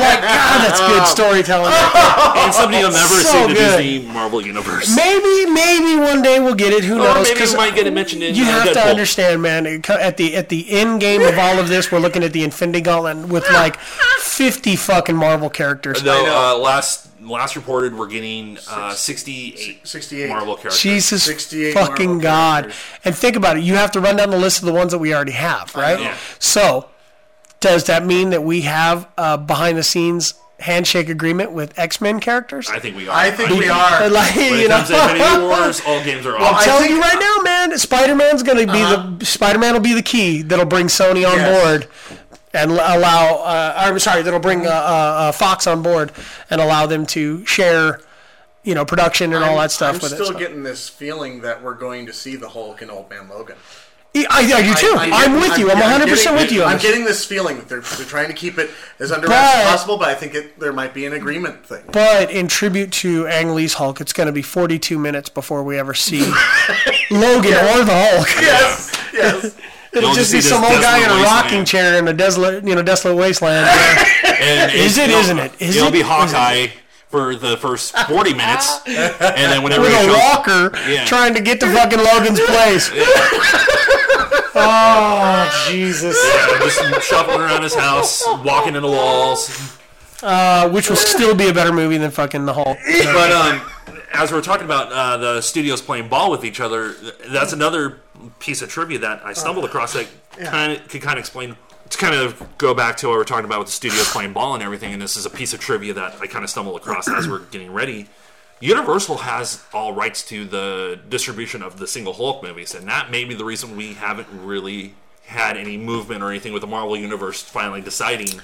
Speaker 2: like, God, that's good storytelling.
Speaker 3: and somebody you'll never
Speaker 2: so
Speaker 3: see in the
Speaker 2: good.
Speaker 3: Disney Marvel universe.
Speaker 2: maybe, maybe one day we'll get it. Who
Speaker 3: or
Speaker 2: knows?
Speaker 3: maybe we
Speaker 2: 'Cause
Speaker 3: might get it mentioned in
Speaker 2: you
Speaker 3: uh,
Speaker 2: have to
Speaker 3: Deadpool.
Speaker 2: understand, man. it co- At the at the end game of all of this, we're looking at the Infinity Gauntlet with like 50 fucking Marvel characters.
Speaker 3: No, uh, last last reported we're getting uh, 68,
Speaker 6: 68.
Speaker 3: Marvel characters.
Speaker 2: Jesus
Speaker 6: 68
Speaker 2: fucking
Speaker 6: Marvel
Speaker 2: God.
Speaker 6: characters.
Speaker 2: And think about it. You have to run down the list of the ones that we already have, right?
Speaker 3: know.
Speaker 2: So, does that mean that we have a behind the scenes handshake agreement with X Men characters?
Speaker 3: I think we are.
Speaker 6: I think we are.
Speaker 2: like,
Speaker 3: When
Speaker 2: you
Speaker 3: it
Speaker 2: know.
Speaker 3: comes to Infinity Wars, all games are
Speaker 2: I'm
Speaker 3: off.
Speaker 6: I-
Speaker 2: telling
Speaker 6: think- Uh-huh.
Speaker 2: you right now, man. Spider Man's gonna be the Spider Man will be the key that'll bring Sony on
Speaker 6: Yes.
Speaker 2: board and l- allow. Uh, I'm sorry, that'll bring uh, uh, uh, Fox on board and allow them to share, you know, production and all that stuff
Speaker 6: I'm
Speaker 2: with
Speaker 6: still
Speaker 2: it. so.
Speaker 6: getting this feeling that we're going to see the Hulk and Old Man Logan.
Speaker 2: Yeah, I, I do too. I, am
Speaker 6: getting-
Speaker 2: with you. I'm
Speaker 6: yeah,
Speaker 2: 100
Speaker 6: getting-
Speaker 2: percent with you. on
Speaker 6: I'm
Speaker 2: this.
Speaker 6: getting this feeling that they're, they're trying to keep it as under wraps as
Speaker 2: But-
Speaker 6: possible, but I think it, there might be an agreement thing.
Speaker 2: But in tribute to Ang Lee's Hulk, it's going to be 42 minutes before we ever see Logan or the Hulk.
Speaker 6: Yes, yes.
Speaker 2: It'll
Speaker 3: You'll
Speaker 2: just
Speaker 3: just
Speaker 2: be
Speaker 3: see
Speaker 2: some
Speaker 3: this
Speaker 2: old guy in a
Speaker 3: desolate
Speaker 2: rocking
Speaker 3: wasteland.
Speaker 2: chair in a desolate, you know, desolate wasteland. Yeah.
Speaker 3: And
Speaker 2: Is it,
Speaker 3: it'll-
Speaker 2: isn't it? Is
Speaker 3: it'll
Speaker 2: it?
Speaker 3: be
Speaker 2: Is it?
Speaker 3: Hawkeye for the first 40 minutes, and then whenever
Speaker 2: with
Speaker 3: he
Speaker 2: a
Speaker 3: shows
Speaker 2: walker
Speaker 3: Yeah.
Speaker 2: trying to get to fucking Logan's place. oh Jesus!
Speaker 3: yeah, just shuffling around his house, walking into walls.
Speaker 2: Uh, which will still be a better movie than fucking the Hulk.
Speaker 3: But um, as we we're talking about uh, the studios playing ball with each other, th- that's another piece of trivia that I stumbled across that kind of could kind of explain. To kind of go back to what we we're talking about with the studios playing ball and everything, and this is a piece of trivia that I kind of stumbled across as we're getting ready. Universal has all rights to the distribution of the single Hulk movies, and that may be the reason we haven't really had any movement or anything with the Marvel Universe finally deciding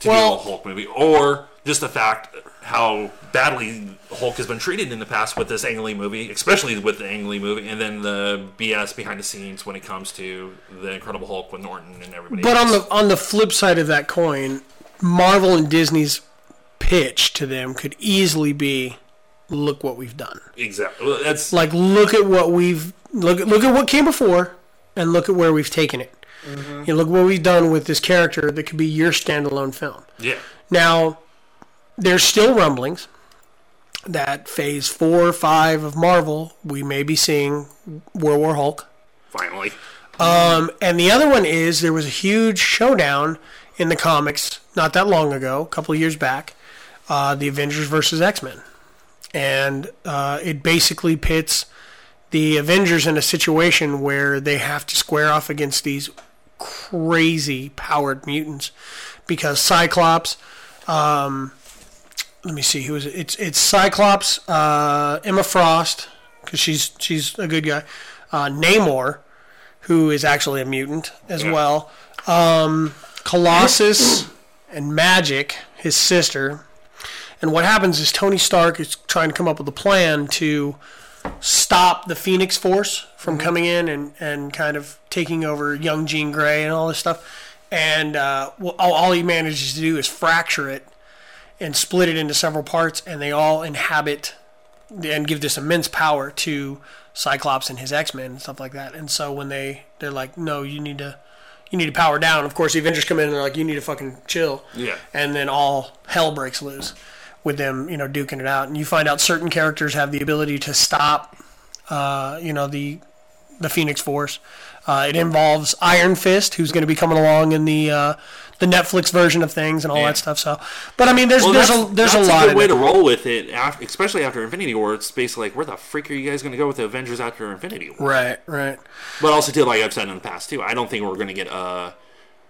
Speaker 3: to
Speaker 2: Well-
Speaker 3: do a Hulk movie, or just the fact how badly Hulk has been treated in the past with this Ang Lee movie, especially with the Ang Lee movie, and then the BS behind the scenes when it comes to the Incredible Hulk with Norton and everybody.
Speaker 2: But on
Speaker 3: else.
Speaker 2: the on the flip side of that coin, Marvel and Disney's pitch to them could easily be, "Look what we've done.
Speaker 3: exactly, well, that's
Speaker 2: Like look at what we've look look at what came before, and look at where we've taken it. You know, look what we've done with this character that could be your standalone film."
Speaker 3: yeah,
Speaker 2: Now, there's still rumblings that Phase Four, Five of Marvel, we may be seeing World War Hulk.
Speaker 3: finally,
Speaker 2: And the other one is there was a huge showdown in the comics not that long ago, a couple of years back, uh, the Avengers versus X Men, and uh, it basically pits the Avengers in a situation where they have to square off against these crazy powered mutants because Cyclops, um, let me see who is it? It's it's Cyclops, uh, Emma Frost, because she's she's a good guy. Uh, Namor, who is actually a mutant as
Speaker 3: Yeah.
Speaker 2: well. Um, Colossus and Magic, his sister. And what happens is Tony Stark is trying to come up with a plan to stop the Phoenix Force from coming in and, and kind of taking over young Jean Grey and all this stuff. And uh, well, all, all he manages to do is fracture it and split it into several parts, and they all inhabit and give this immense power to Cyclops and his X Men and stuff like that. And so when they they're like, no, you need to you need to power down. Of course, the Avengers come in and they're like, you need to fucking chill.
Speaker 3: Yeah.
Speaker 2: And then all hell breaks loose with them, you know, duking it out. And you find out certain characters have the ability to stop, uh, you know, the the Phoenix Force. Uh, it involves Iron Fist, who's going to be coming along in the uh, the Netflix version of things and all
Speaker 3: Yeah.
Speaker 2: that stuff. So, but I mean, there's
Speaker 3: Well,
Speaker 2: there's
Speaker 3: that's,
Speaker 2: a there's
Speaker 3: that's
Speaker 2: a lot
Speaker 3: good
Speaker 2: of
Speaker 3: way to roll with it, af especially after Infinity War. It's basically like, where the freak are you guys going to go with the Avengers after Infinity War?
Speaker 2: right, right.
Speaker 3: But also, too, like I've said in the past too, I don't think we're going to get a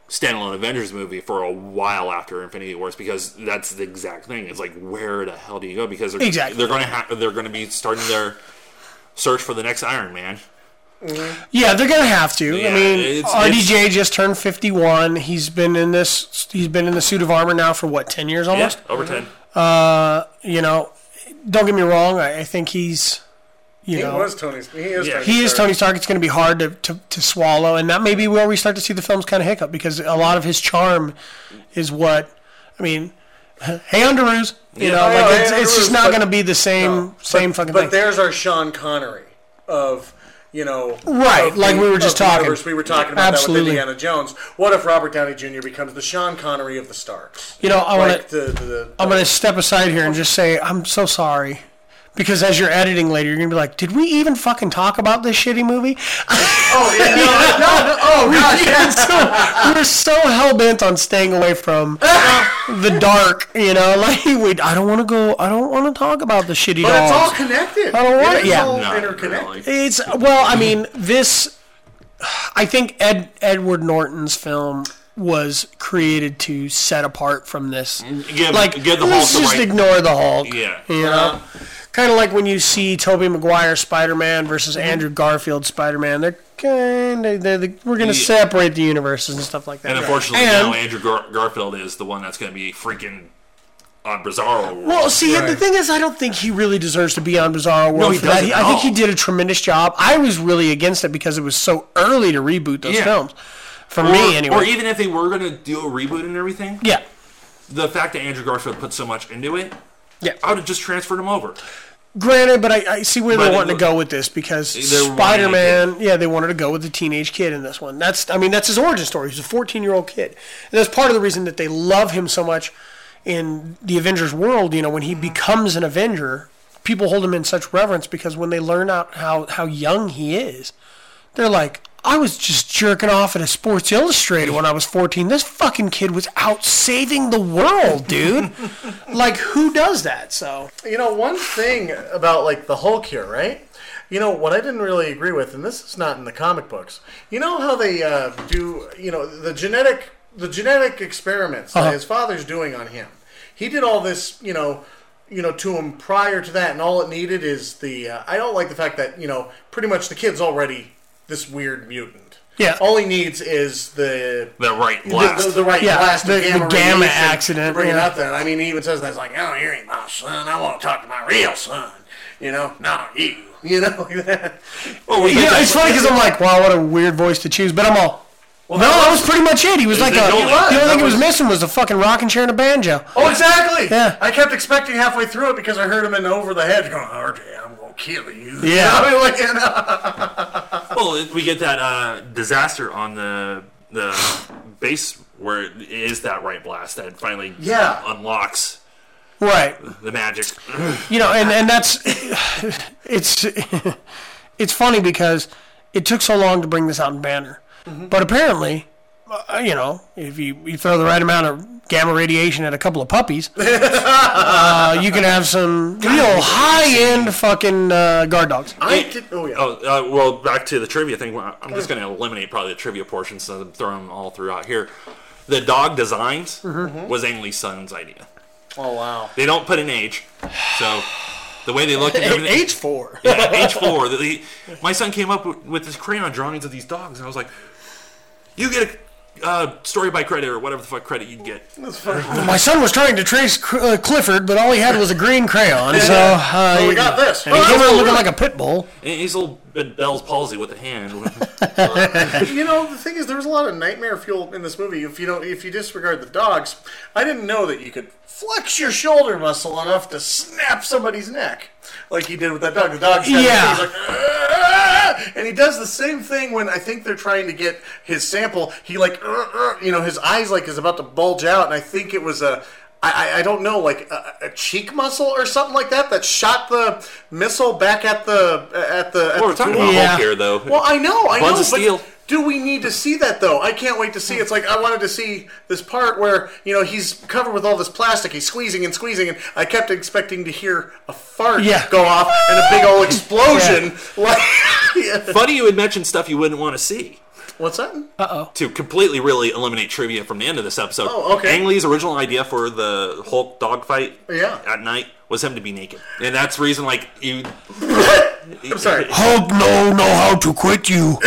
Speaker 3: standalone Avengers movie for a while after Infinity Wars because that's the exact thing. It's like, where the hell do you go? Because they're,
Speaker 2: Exactly.
Speaker 3: they're going to ha- they're going to be starting their search for the next Iron Man.
Speaker 2: Yeah, they're gonna have to.
Speaker 3: Yeah,
Speaker 2: I mean,
Speaker 3: it's-
Speaker 2: RDJ just turned fifty-one. He's been in this. He's been in the suit of armor now for what ten years
Speaker 3: Yeah,
Speaker 2: almost.
Speaker 3: over ten.
Speaker 2: You know, don't get me wrong. I, I think he's, you
Speaker 6: He
Speaker 2: know,
Speaker 6: was Tony's. He is.
Speaker 3: Yeah.
Speaker 6: Tony
Speaker 2: he is
Speaker 6: Stark.
Speaker 2: Tony Stark. It's going to be hard to, to, to swallow, and that may be where we start to see the film's kind of hiccup because a lot of his charm is what I mean. Hey, Underoos, you
Speaker 3: Yeah.
Speaker 2: know,
Speaker 3: Oh,
Speaker 2: like
Speaker 3: yeah,
Speaker 2: it's,
Speaker 6: Hey,
Speaker 2: it's just
Speaker 6: Underoos,
Speaker 2: not
Speaker 6: but-
Speaker 2: going to be the same same fucking
Speaker 6: but
Speaker 2: thing.
Speaker 6: there's our Sean Connery of you know
Speaker 2: Right,
Speaker 6: of
Speaker 2: like we were
Speaker 6: of
Speaker 2: just
Speaker 6: the
Speaker 2: talking.
Speaker 6: universe. we were talking about
Speaker 2: Absolutely.
Speaker 6: that with Indiana Jones what if Robert Downey Jr. becomes the Sean Connery of the Starks
Speaker 2: You know, I wanna-
Speaker 6: like the, the, the
Speaker 2: I'm going to step aside here and just say I'm so sorry. Because as you're editing later, you're gonna be like, "Did we even fucking talk about this shitty movie?"
Speaker 6: oh yeah, no, no, no, oh gosh
Speaker 2: And so, we're so hell bent on staying away from the dark, you know. Like, we, I don't want to go. I don't want to talk about the shitty
Speaker 6: but it's all
Speaker 2: dogs.
Speaker 6: connected
Speaker 2: I don't want
Speaker 6: it
Speaker 2: it.
Speaker 6: is
Speaker 2: Yeah.
Speaker 6: all
Speaker 3: Not
Speaker 6: interconnected
Speaker 3: really.
Speaker 2: It's well, I mean, this. I think Ed Edward Norton's film was created to set apart from this.
Speaker 3: Give-
Speaker 2: like,
Speaker 3: give the
Speaker 2: let's
Speaker 3: Hulk the
Speaker 2: just
Speaker 3: right-
Speaker 2: ignore the Hulk.
Speaker 3: Yeah.
Speaker 2: you know. Kind of like when you see Tobey Maguire Spider-Man versus
Speaker 3: Mm-hmm.
Speaker 2: Andrew Garfield Spider-Man. They're kind of they're, the we're gonna
Speaker 3: Yeah.
Speaker 2: separate the universes and stuff like that.
Speaker 3: And unfortunately,
Speaker 2: And-
Speaker 3: now Andrew Gar- Garfield is the one that's going to be freaking on Bizarro. World.
Speaker 2: Well, see, the thing is, I don't think he really deserves to be on Bizarro World.
Speaker 3: No, he
Speaker 2: for that.
Speaker 3: doesn't
Speaker 2: I
Speaker 3: at
Speaker 2: think he
Speaker 3: all.
Speaker 2: did a tremendous job. I was really against it because it was so early to reboot those
Speaker 3: Yeah.
Speaker 2: films. For
Speaker 3: or,
Speaker 2: me, anyway.
Speaker 3: Or e- even if they were going to do a reboot and everything,
Speaker 2: yeah,
Speaker 3: the fact that Andrew Garfield put so much into it,
Speaker 2: yeah.
Speaker 3: I would have just transferred him over.
Speaker 2: Granted, but I, I see where
Speaker 3: But
Speaker 2: they're
Speaker 3: it
Speaker 2: wanting to
Speaker 3: was-
Speaker 2: go with this because
Speaker 3: They're wanting to
Speaker 2: Spider Man. Yeah, they wanted to go with the teenage kid in this one. That's, I mean, that's his origin story. He's a 14 year old kid, and that's part of the reason that they love him so much in the Avengers world. You know, when he
Speaker 3: Mm-hmm.
Speaker 2: becomes an Avenger, people hold him in such reverence because when they learn out how how young he is, they're like. I was just jerking off at a Sports Illustrated when I was 14. This fucking kid was out saving the world, dude. like, who does that? So,
Speaker 6: You know, one thing about like the Hulk here, right? You know what I didn't really agree with, and this is not in the comic books. You know how they uh, do, you know, the genetic the genetic experiments that his father's doing on him. He did all this, you know, you know, to him prior to that, and all it needed is the. Uh, I don't like the fact that you know, pretty much the kid's already this weird mutant.
Speaker 2: Yeah.
Speaker 6: All he needs is the
Speaker 3: The right
Speaker 6: the,
Speaker 3: blast.
Speaker 6: the, the right
Speaker 2: Yeah,
Speaker 6: blast
Speaker 2: the-
Speaker 6: of gamma,
Speaker 2: the gamma
Speaker 6: radiation
Speaker 2: accident,
Speaker 6: to Bring it
Speaker 2: yeah.
Speaker 6: out there. I mean, he even says that. He's like, oh, you ain't my son. I want to talk to my real son. You know, not you. You know,
Speaker 3: well, we
Speaker 2: Yeah, it's funny because I'm like, wow, what a weird voice to choose. But I'm all, no, that was pretty much it. He was like, a,
Speaker 3: the only-
Speaker 2: the only thing
Speaker 6: that
Speaker 2: he was
Speaker 6: was-
Speaker 2: missing was a fucking rocking chair and a banjo.
Speaker 6: Oh, exactly.
Speaker 2: Yeah.
Speaker 6: I kept expecting halfway through it because I heard him in over the head going, RJ, I'm going to kill you.
Speaker 2: Yeah.
Speaker 6: I mean, like, you know.
Speaker 3: well, we get that uh, disaster on the the base where it is that right blast that finally
Speaker 6: Yeah.
Speaker 3: unlocks
Speaker 2: Right.
Speaker 3: the magic.
Speaker 2: You know, and, and that's, it's, it's funny because it took so long to bring this out in Banner. But apparently, uh, you know, if you, you throw the right amount of gamma radiation at a couple of puppies, uh, you can have some real high-end fucking uh, guard dogs.
Speaker 6: I did. Oh, yeah.
Speaker 3: Oh, uh, well, back to the trivia thing. Well, I'm
Speaker 2: Oh.
Speaker 3: just going to eliminate probably the trivia portion, so
Speaker 2: Mm-hmm.
Speaker 3: I'm throwing them all throughout here. The dog designs was Ang Lee's son's idea.
Speaker 6: Oh wow.
Speaker 3: They don't put an age. So the way they look at everything.
Speaker 2: Age four.
Speaker 3: Yeah, age four. The- the- my son came up with, with his crayon drawings of these dogs, and I was like, "You get a uh, story by credit or whatever the fuck credit you'd get."
Speaker 2: My son was trying to trace Cl- uh, Clifford, but all he had was a green crayon. So uh,
Speaker 6: we got this.
Speaker 2: And he
Speaker 6: Oh,
Speaker 2: came
Speaker 6: that's
Speaker 2: out
Speaker 6: cool.
Speaker 2: looking like a pit bull.
Speaker 3: And he's all been Bell's palsy with a hand.
Speaker 6: You know, the thing is, there was a lot of nightmare fuel in this movie. If you don't, if you disregard the dogs, I didn't know that you could flex your shoulder muscle enough to snap somebody's neck, like he did with that dog. The dog, snapped his
Speaker 2: Yeah.
Speaker 6: neck, he's like, "Ah!" and he does the same thing when I think they're trying to get his sample. He like, "Ah, ah," you know, his eyes like is about to bulge out, and I think it was a. I, I- I don't know, like a, a cheek muscle or something like that, that shot the missile back at the at the. At
Speaker 3: Well, we're
Speaker 6: the
Speaker 3: talking
Speaker 6: tool.
Speaker 3: about
Speaker 2: Yeah.
Speaker 3: Hulk here, though.
Speaker 6: Well, I know, I
Speaker 3: Buns
Speaker 6: know.
Speaker 3: of
Speaker 6: but
Speaker 3: steel.
Speaker 6: Do we need to see that though? I can't wait to see. It's like I wanted to see this part where you know he's covered with all this plastic. He's squeezing and squeezing, and I kept expecting to hear a fart
Speaker 2: Yeah.
Speaker 6: go off and a big old explosion. Like, Yeah.
Speaker 3: Funny you would mention stuff you wouldn't want to see.
Speaker 6: what's that?
Speaker 3: To completely really eliminate trivia from the end of this episode.
Speaker 6: Oh, okay.
Speaker 3: Ang Lee's original idea for the Hulk dogfight
Speaker 6: Yeah.
Speaker 3: at night was him to be naked, and that's the reason like you.
Speaker 6: I'm sorry.
Speaker 2: Hulk no know how to quit you.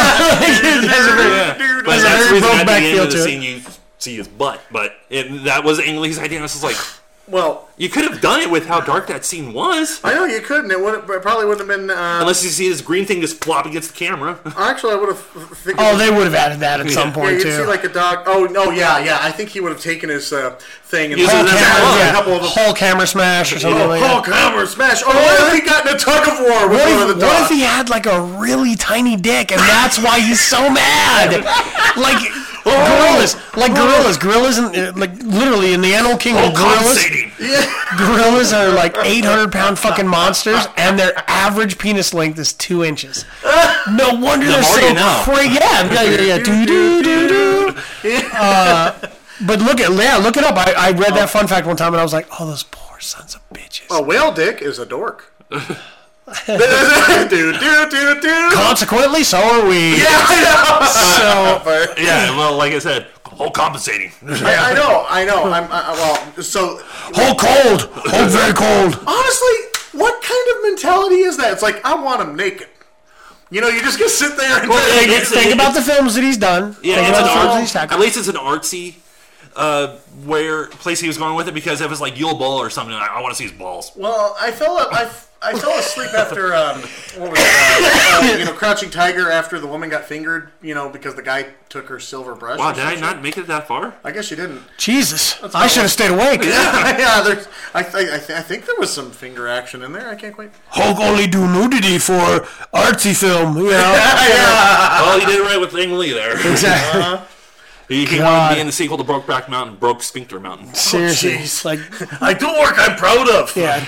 Speaker 3: Yeah. But
Speaker 2: There's a
Speaker 3: that's the
Speaker 2: very
Speaker 3: reason at the
Speaker 2: Brokeback
Speaker 3: end
Speaker 2: feel
Speaker 3: of the
Speaker 2: to it.
Speaker 3: scene you see his butt. But it, that was Ang Lee's idea. And it's just like
Speaker 6: Well,
Speaker 3: you could have done it with how dark that scene was,
Speaker 6: I know you couldn't. It would it probably wouldn't have been. Uh,
Speaker 3: unless you see this green thing just flop against the camera.
Speaker 6: actually, I would have. Think
Speaker 2: Oh, they would have added that at some
Speaker 6: Yeah,
Speaker 2: point
Speaker 6: you'd see
Speaker 2: too.
Speaker 6: like a dog. Oh no, yeah, yeah. I think he would have taken his uh, thing and
Speaker 3: Use it
Speaker 2: Hulk
Speaker 3: as a
Speaker 2: hammer,
Speaker 3: club.
Speaker 2: yeah.
Speaker 6: a couple of them.
Speaker 2: Hulk hammer smash or something
Speaker 6: Oh,
Speaker 2: like that.
Speaker 6: Hulk Hammer Smash! Oh, what if he got in a tug of war with
Speaker 2: What
Speaker 6: one
Speaker 2: if,
Speaker 6: of the
Speaker 2: what if
Speaker 6: dogs?
Speaker 2: he had like a really tiny dick and that's why he's so mad? Like
Speaker 6: Oh!
Speaker 2: gorillas, like gorillas, gorillas, and uh, like literally in the animal kingdom, gorillas,
Speaker 3: Compensating.
Speaker 2: gorillas are like 800 pound fucking monsters, and their average penis length is two inches. No wonder they're
Speaker 3: more
Speaker 2: so
Speaker 3: you know.
Speaker 2: cra- Yeah, yeah, yeah, yeah. do do do do. Uh, But look at yeah, look it up. I, I read that fun fact one time, and I was like, oh, those poor sons of bitches.
Speaker 6: A whale dick is a dork. dude, dude, dude, dude.
Speaker 2: Consequently, so are we. So
Speaker 3: Yeah, well, like I said, whole compensating.
Speaker 6: I, I know, I know. I'm I, I- well. So
Speaker 2: Hold cold. Hold very cold.
Speaker 6: honestly, what kind of mentality is that? It's like I want him naked. You know, you just gonna sit there and
Speaker 3: Well,
Speaker 2: Think, think about the films that he's done.
Speaker 3: Yeah,
Speaker 2: think
Speaker 3: it's
Speaker 2: about
Speaker 3: an
Speaker 2: the films that he's
Speaker 3: art, at
Speaker 2: tackled.
Speaker 3: least it's an artsy uh, where place he was going with it because if it's like Yule Ball or something, I, I want to see his balls.
Speaker 6: Well, I fell I, I fell asleep after um, what was it? Uh, uh, you know, Crouching Tiger after the woman got fingered. You know, because the guy took her silver brush.
Speaker 3: Wow,
Speaker 6: or
Speaker 3: did
Speaker 6: some
Speaker 3: I
Speaker 6: shit.
Speaker 3: not make it that far?
Speaker 6: I guess you didn't.
Speaker 2: Jesus, I should have stayed awake.
Speaker 6: yeah, there's. I, th- I, th- I think there was some finger action in there. I can't quite.
Speaker 2: Hulk only do nudity for artsy film. You know?
Speaker 3: well, you did it right with Ang Lee there.
Speaker 2: exactly.
Speaker 6: Uh-huh.
Speaker 3: He he wanted to be in the sequel to Brokeback Mountain, Broke Sphincter Mountain.
Speaker 2: Seriously,
Speaker 6: jeez.
Speaker 2: like
Speaker 6: I do work I'm proud of.
Speaker 2: yeah,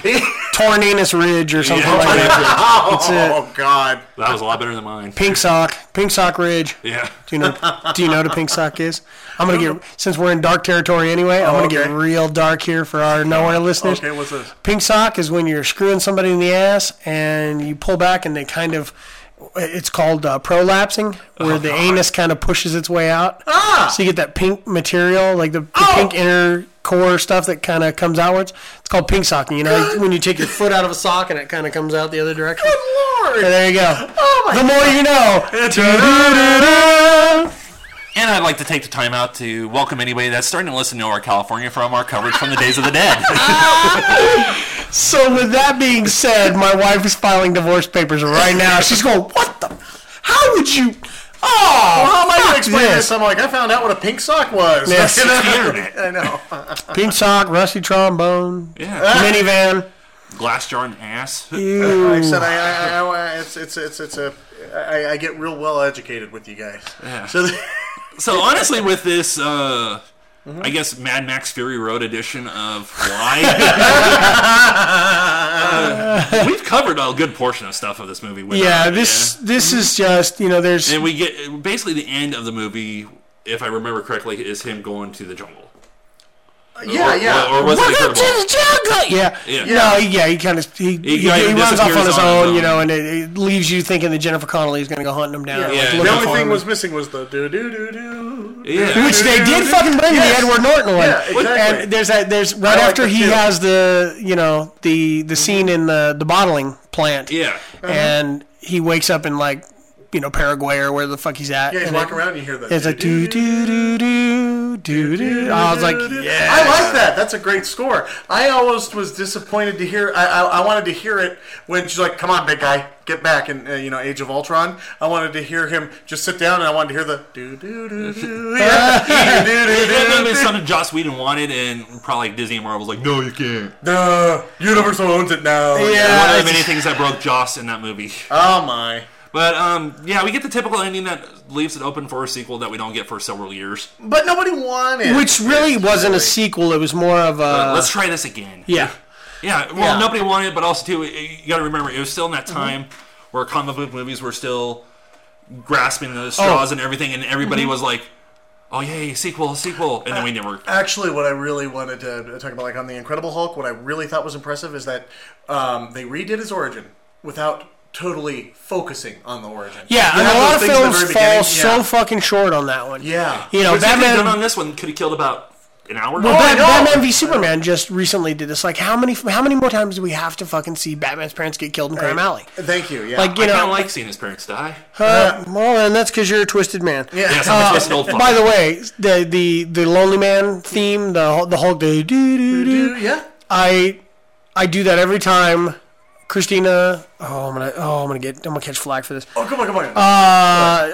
Speaker 2: Torninus Ridge or something
Speaker 3: Yeah.
Speaker 2: like that.
Speaker 6: Oh,
Speaker 2: That's
Speaker 6: God.
Speaker 3: That was a lot better than mine.
Speaker 2: Pink sock, pink sock ridge.
Speaker 3: Yeah.
Speaker 2: Do you know? Do you know what a pink sock is? I'm gonna get since we're in dark territory anyway. I'm gonna get
Speaker 6: Oh, okay.
Speaker 2: real dark here for our nowhere listeners.
Speaker 6: Okay, what's this?
Speaker 2: Pink sock is when you're screwing somebody in the ass and you pull back and they kind of. It's called uh, prolapsing,
Speaker 6: Oh,
Speaker 2: where the anus kind of pushes its way out. Ah! So you get that pink material, like the, the
Speaker 6: Oh!
Speaker 2: pink inner core stuff that kind of comes outwards. It's called pink socking. You know, when you take your foot out of a sock and it kind of comes out the other direction.
Speaker 6: Lord.
Speaker 2: And there you go.
Speaker 6: Oh, my
Speaker 2: the more you know. Do-do-do-do.
Speaker 3: And I'd like to take the time out to welcome anybody that's starting to listen to our California from our coverage from the Days of the Dead.
Speaker 2: So with that being said, my wife is filing divorce papers right now. She's going, "What the? How would you? Oh,
Speaker 6: Well, how am I going to
Speaker 2: fuck
Speaker 6: explain
Speaker 2: this?
Speaker 6: this? I'm like, I found out what a pink sock was.
Speaker 2: Yes.
Speaker 6: You know?
Speaker 3: It's the internet.
Speaker 6: I know.
Speaker 2: Pink sock, rusty trombone,
Speaker 3: yeah.
Speaker 2: minivan.
Speaker 3: Glass jar and ass.
Speaker 6: I said, I, I, I, I, it's, it's, it's, it's a. I, I get real well educated with you guys.
Speaker 3: Yeah.
Speaker 6: So, the,
Speaker 3: So honestly, with this, uh, I guess Mad Max Fury Road edition of why Uh, we've covered a good portion of stuff of this movie. with
Speaker 2: Yeah,
Speaker 3: our-
Speaker 2: this this is just you know, there's
Speaker 3: yeah. and we get basically the end of the movie, if I remember correctly, is him going to the jungle.
Speaker 6: yeah, yeah.
Speaker 3: Or, or was it
Speaker 2: welcome to
Speaker 3: Incredible?
Speaker 2: the jungle. Yeah.
Speaker 3: Yeah.
Speaker 2: no, yeah, he kind of he, he,
Speaker 3: kinda
Speaker 2: he runs off
Speaker 3: disappears
Speaker 2: on his
Speaker 3: on
Speaker 2: own,
Speaker 3: his
Speaker 2: you
Speaker 3: own.
Speaker 2: know, and it, it leaves you thinking that Jennifer Connelly is going to go hunting him down.
Speaker 3: Yeah.
Speaker 2: like,
Speaker 3: The
Speaker 2: looking
Speaker 6: the
Speaker 2: for
Speaker 6: only
Speaker 2: him.
Speaker 6: thing was missing was the do do do do. Norton.
Speaker 3: Yeah.
Speaker 2: Which they did fucking bring
Speaker 6: Yes.
Speaker 2: the Edward Norton one.
Speaker 6: Yeah, exactly.
Speaker 2: And there's that there's right
Speaker 6: I like
Speaker 2: after
Speaker 6: that
Speaker 2: he
Speaker 6: too.
Speaker 2: has the you know the the scene in the the bottling plant.
Speaker 3: Yeah.
Speaker 6: Uh-huh.
Speaker 2: And he wakes up in like you know Paraguay or where the fuck he's at.
Speaker 6: Yeah, he's
Speaker 2: and
Speaker 6: walking
Speaker 2: it-
Speaker 6: around and you hear that.
Speaker 2: It's like do do do do do do. I was like, yeah.
Speaker 6: I like that. That's a great score. I almost was disappointed to hear. I, I, I wanted to hear it when she's like, "Come on, big guy, get back!" And uh, you know, Age of Ultron. I wanted to hear him just sit down, and I wanted to hear the do do do do. Yeah. Do, do,
Speaker 3: That
Speaker 6: do,
Speaker 3: would have
Speaker 6: do,
Speaker 3: been
Speaker 6: do.
Speaker 3: something Joss Whedon wanted, and probably Disney and Marvel was like, no, you can't.
Speaker 6: Duh, Universal owns it now.
Speaker 3: One of the
Speaker 2: Yeah. Uh,
Speaker 3: many things that broke Joss in that movie.
Speaker 6: Oh my.
Speaker 3: But um, yeah, we get the typical ending that leaves it open for a sequel that we don't get for several years.
Speaker 6: But nobody wanted.
Speaker 2: Which really wasn't a sequel. It was more of a
Speaker 3: But let's try this again.
Speaker 2: Uh, yeah.
Speaker 3: Yeah, well,
Speaker 2: Yeah. Mm-hmm.
Speaker 3: nobody wanted it, but also too, you got to remember it was still in that time where comic book movies were still grasping
Speaker 2: Oh.
Speaker 3: the straws and everything, and
Speaker 2: Mm-hmm.
Speaker 3: everybody was like, "Oh yay, sequel, sequel," and then we
Speaker 2: Uh,
Speaker 3: never.
Speaker 6: Actually, what I really wanted to talk about, like on the Incredible Hulk, what I really thought was impressive is that um, they redid his origin without totally focusing on the origin.
Speaker 2: Yeah,
Speaker 6: You
Speaker 2: and
Speaker 6: have
Speaker 2: a lot of
Speaker 6: those things in the
Speaker 2: films
Speaker 6: very
Speaker 2: fall
Speaker 6: beginning,
Speaker 2: so fucking short on that one.
Speaker 6: Yeah.
Speaker 2: you know
Speaker 3: Which they could have
Speaker 2: Batman.
Speaker 3: done on this one could have killed about an hour.
Speaker 2: Well,
Speaker 3: Oh,
Speaker 2: Bat-
Speaker 6: know.
Speaker 2: Batman v Superman just recently did this. Like, how many how many more times do we have to fucking see Batman's parents get killed in Crime Alley?
Speaker 6: yeah. Thank you. Yeah.
Speaker 3: I
Speaker 2: Like, you
Speaker 3: kind
Speaker 2: know,
Speaker 3: of like seeing his parents die.
Speaker 2: uh, well, and that's because you're a twisted man. Uh,
Speaker 6: yeah.
Speaker 3: Yes, I'm a twisted old fuck.
Speaker 2: By the way, the the the Lonely Man theme, the Hul- the Hulk, the do do do.
Speaker 6: Dude, yeah.
Speaker 2: I I do that every time. Christina, oh, I'm gonna, oh, I'm gonna get, I'm gonna catch flag for this.
Speaker 6: Oh, come on, come on.
Speaker 2: Uh,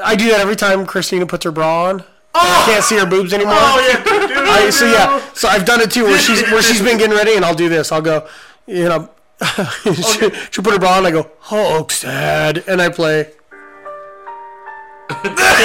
Speaker 2: I do that every time Christina puts her bra on. I can't see her boobs anymore.
Speaker 6: oh yeah. Dude,
Speaker 2: I, so yeah, so I've done it too, where she's where she's been getting ready, and I'll do this. I'll go, you know, she, she'll put her bra on. I go, Hulk sad, and I play.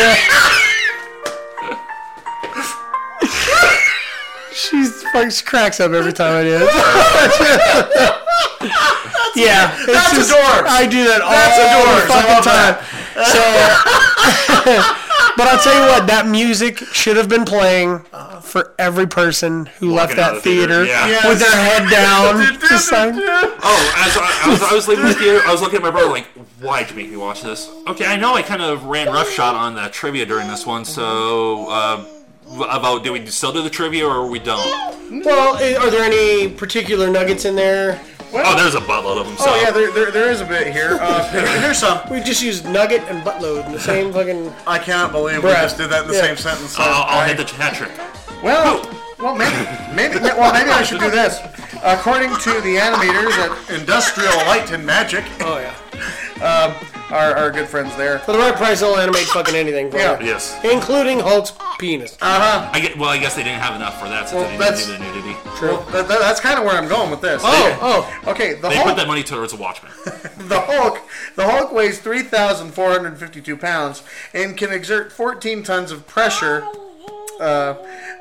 Speaker 2: she's fucking she cracks up every time I do it. yeah, it's
Speaker 6: That's
Speaker 2: just-
Speaker 6: adorbs.
Speaker 2: I do that all
Speaker 6: That's adorbs.
Speaker 2: the
Speaker 6: I
Speaker 2: fucking time.
Speaker 6: love that.
Speaker 2: So. But I'll tell you what, that music should have been playing for every person who left
Speaker 3: out of
Speaker 2: that
Speaker 3: the theater,
Speaker 2: theater,
Speaker 3: yeah.
Speaker 2: with their head down. just like,
Speaker 3: Oh, as I, I, was, I was leaving the theater, I was looking at my brother like, "Why'd you make me watch this?" Okay, I know I kind of ran roughshod on the trivia during this one, so uh, about do we still do the trivia or we don't?
Speaker 2: well, i- are there any particular nuggets in there?
Speaker 3: Oh, there's a buttload of them. So.
Speaker 6: Oh yeah, there, there, there is a bit here. Uh, here's some.
Speaker 2: We just used nugget and buttload in the same fucking.
Speaker 6: I cannot believe we
Speaker 2: Bruh.
Speaker 6: just did that in the
Speaker 2: Yeah.
Speaker 6: same sentence.
Speaker 3: I'll, I'll hit the hat trick.
Speaker 6: Well, well, maybe, maybe, well, maybe I should do this. According to the animators at Industrial Light and Magic,
Speaker 2: Oh yeah. Um,
Speaker 6: our, our good friends there.
Speaker 2: For the right price, they'll animate fucking anything. For
Speaker 6: Yeah. Oh.
Speaker 2: you.
Speaker 3: Yes.
Speaker 2: Including Hulk's penis.
Speaker 3: I get, well, I guess they didn't have enough for that since
Speaker 6: Well,
Speaker 3: they
Speaker 6: that's-
Speaker 3: didn't do the nudity.
Speaker 6: Well, that, that- that's kind of where I'm going with this.
Speaker 2: Oh,
Speaker 6: oh. Okay, the
Speaker 3: They
Speaker 6: Hulk,
Speaker 3: put that money towards Watchmen.
Speaker 6: the Hulk, the Hulk weighs 3,452 pounds and can exert 14 tons of pressure. Uh,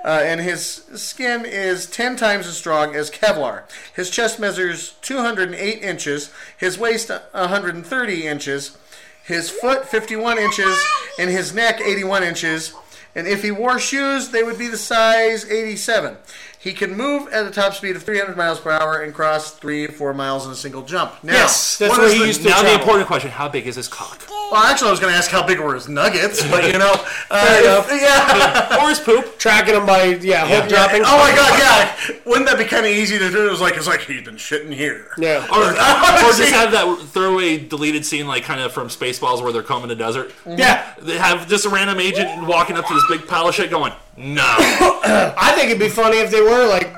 Speaker 6: uh, and his skin is 10 times as strong as Kevlar. His chest measures 208 inches, his waist 130 inches, his foot 51 inches, and his neck 81 inches. And if he wore shoes, they would be the size 87. He can move at a top speed of 300 miles per hour and cross three, four miles in a single jump. Now,
Speaker 2: Yes, that's
Speaker 6: is
Speaker 2: what he
Speaker 6: the-
Speaker 2: used to
Speaker 3: now the
Speaker 2: travel.
Speaker 3: important question: How big is his cock,
Speaker 6: Well, actually, I was going to ask how big were his nuggets, but you know, uh,
Speaker 2: Fair
Speaker 6: if-
Speaker 2: enough.
Speaker 6: yeah.
Speaker 3: or his poop?
Speaker 2: Tracking them by yeah, Hulk
Speaker 3: Yeah.
Speaker 2: dropping.
Speaker 6: Oh my god, yeah! Wouldn't that be kind of easy to do? It was like it's like he's been shitting here.
Speaker 2: Yeah.
Speaker 3: Or, or just
Speaker 6: See?
Speaker 3: have that throwaway deleted scene, like kind of from Spaceballs, where they're combing the desert.
Speaker 2: Yeah.
Speaker 3: They have just a random agent walking up to this big pile of shit, going, "No,
Speaker 2: I think it'd be funny if they were like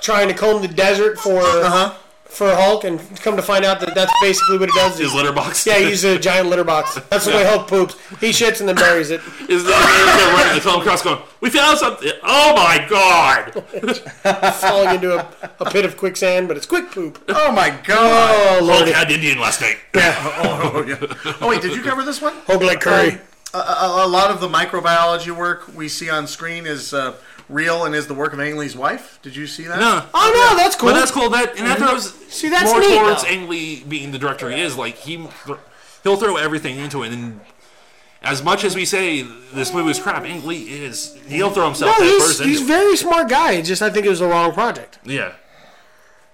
Speaker 2: trying to comb the desert for for Hulk, and come to find out that that's basically what it does.
Speaker 3: his
Speaker 2: Is,
Speaker 3: litter box."
Speaker 2: yeah, he's a giant litter box. That's the way Hulk poops. He shits and then buries it.
Speaker 3: is the, they're running the film across, going, "We found something! Oh my god!"
Speaker 2: falling into a, a pit of quicksand, but it's quick poop.
Speaker 6: Oh my god!
Speaker 2: Oh
Speaker 3: Hulk
Speaker 2: lordy,
Speaker 3: had Indian last night.
Speaker 6: Oh, yeah. oh wait, did you cover this one?
Speaker 2: Hulk like curry.
Speaker 6: A, a lot of the microbiology work we see on screen is uh, real and is the work of Ang Lee's wife. Did you see that?
Speaker 3: No.
Speaker 2: Oh no, that's cool.
Speaker 3: But that's cool. That and that throws
Speaker 2: See, that's
Speaker 3: more
Speaker 2: neat,
Speaker 3: towards
Speaker 2: though.
Speaker 3: Ang Lee being the director he is. Like he, he'll throw everything into it. And as much as we say this movie was crap, Ang Lee is he'll throw himself
Speaker 2: No,
Speaker 3: that
Speaker 2: he's,
Speaker 3: person.
Speaker 2: he's a very smart guy. It's just I think it was the wrong project.
Speaker 3: yeah.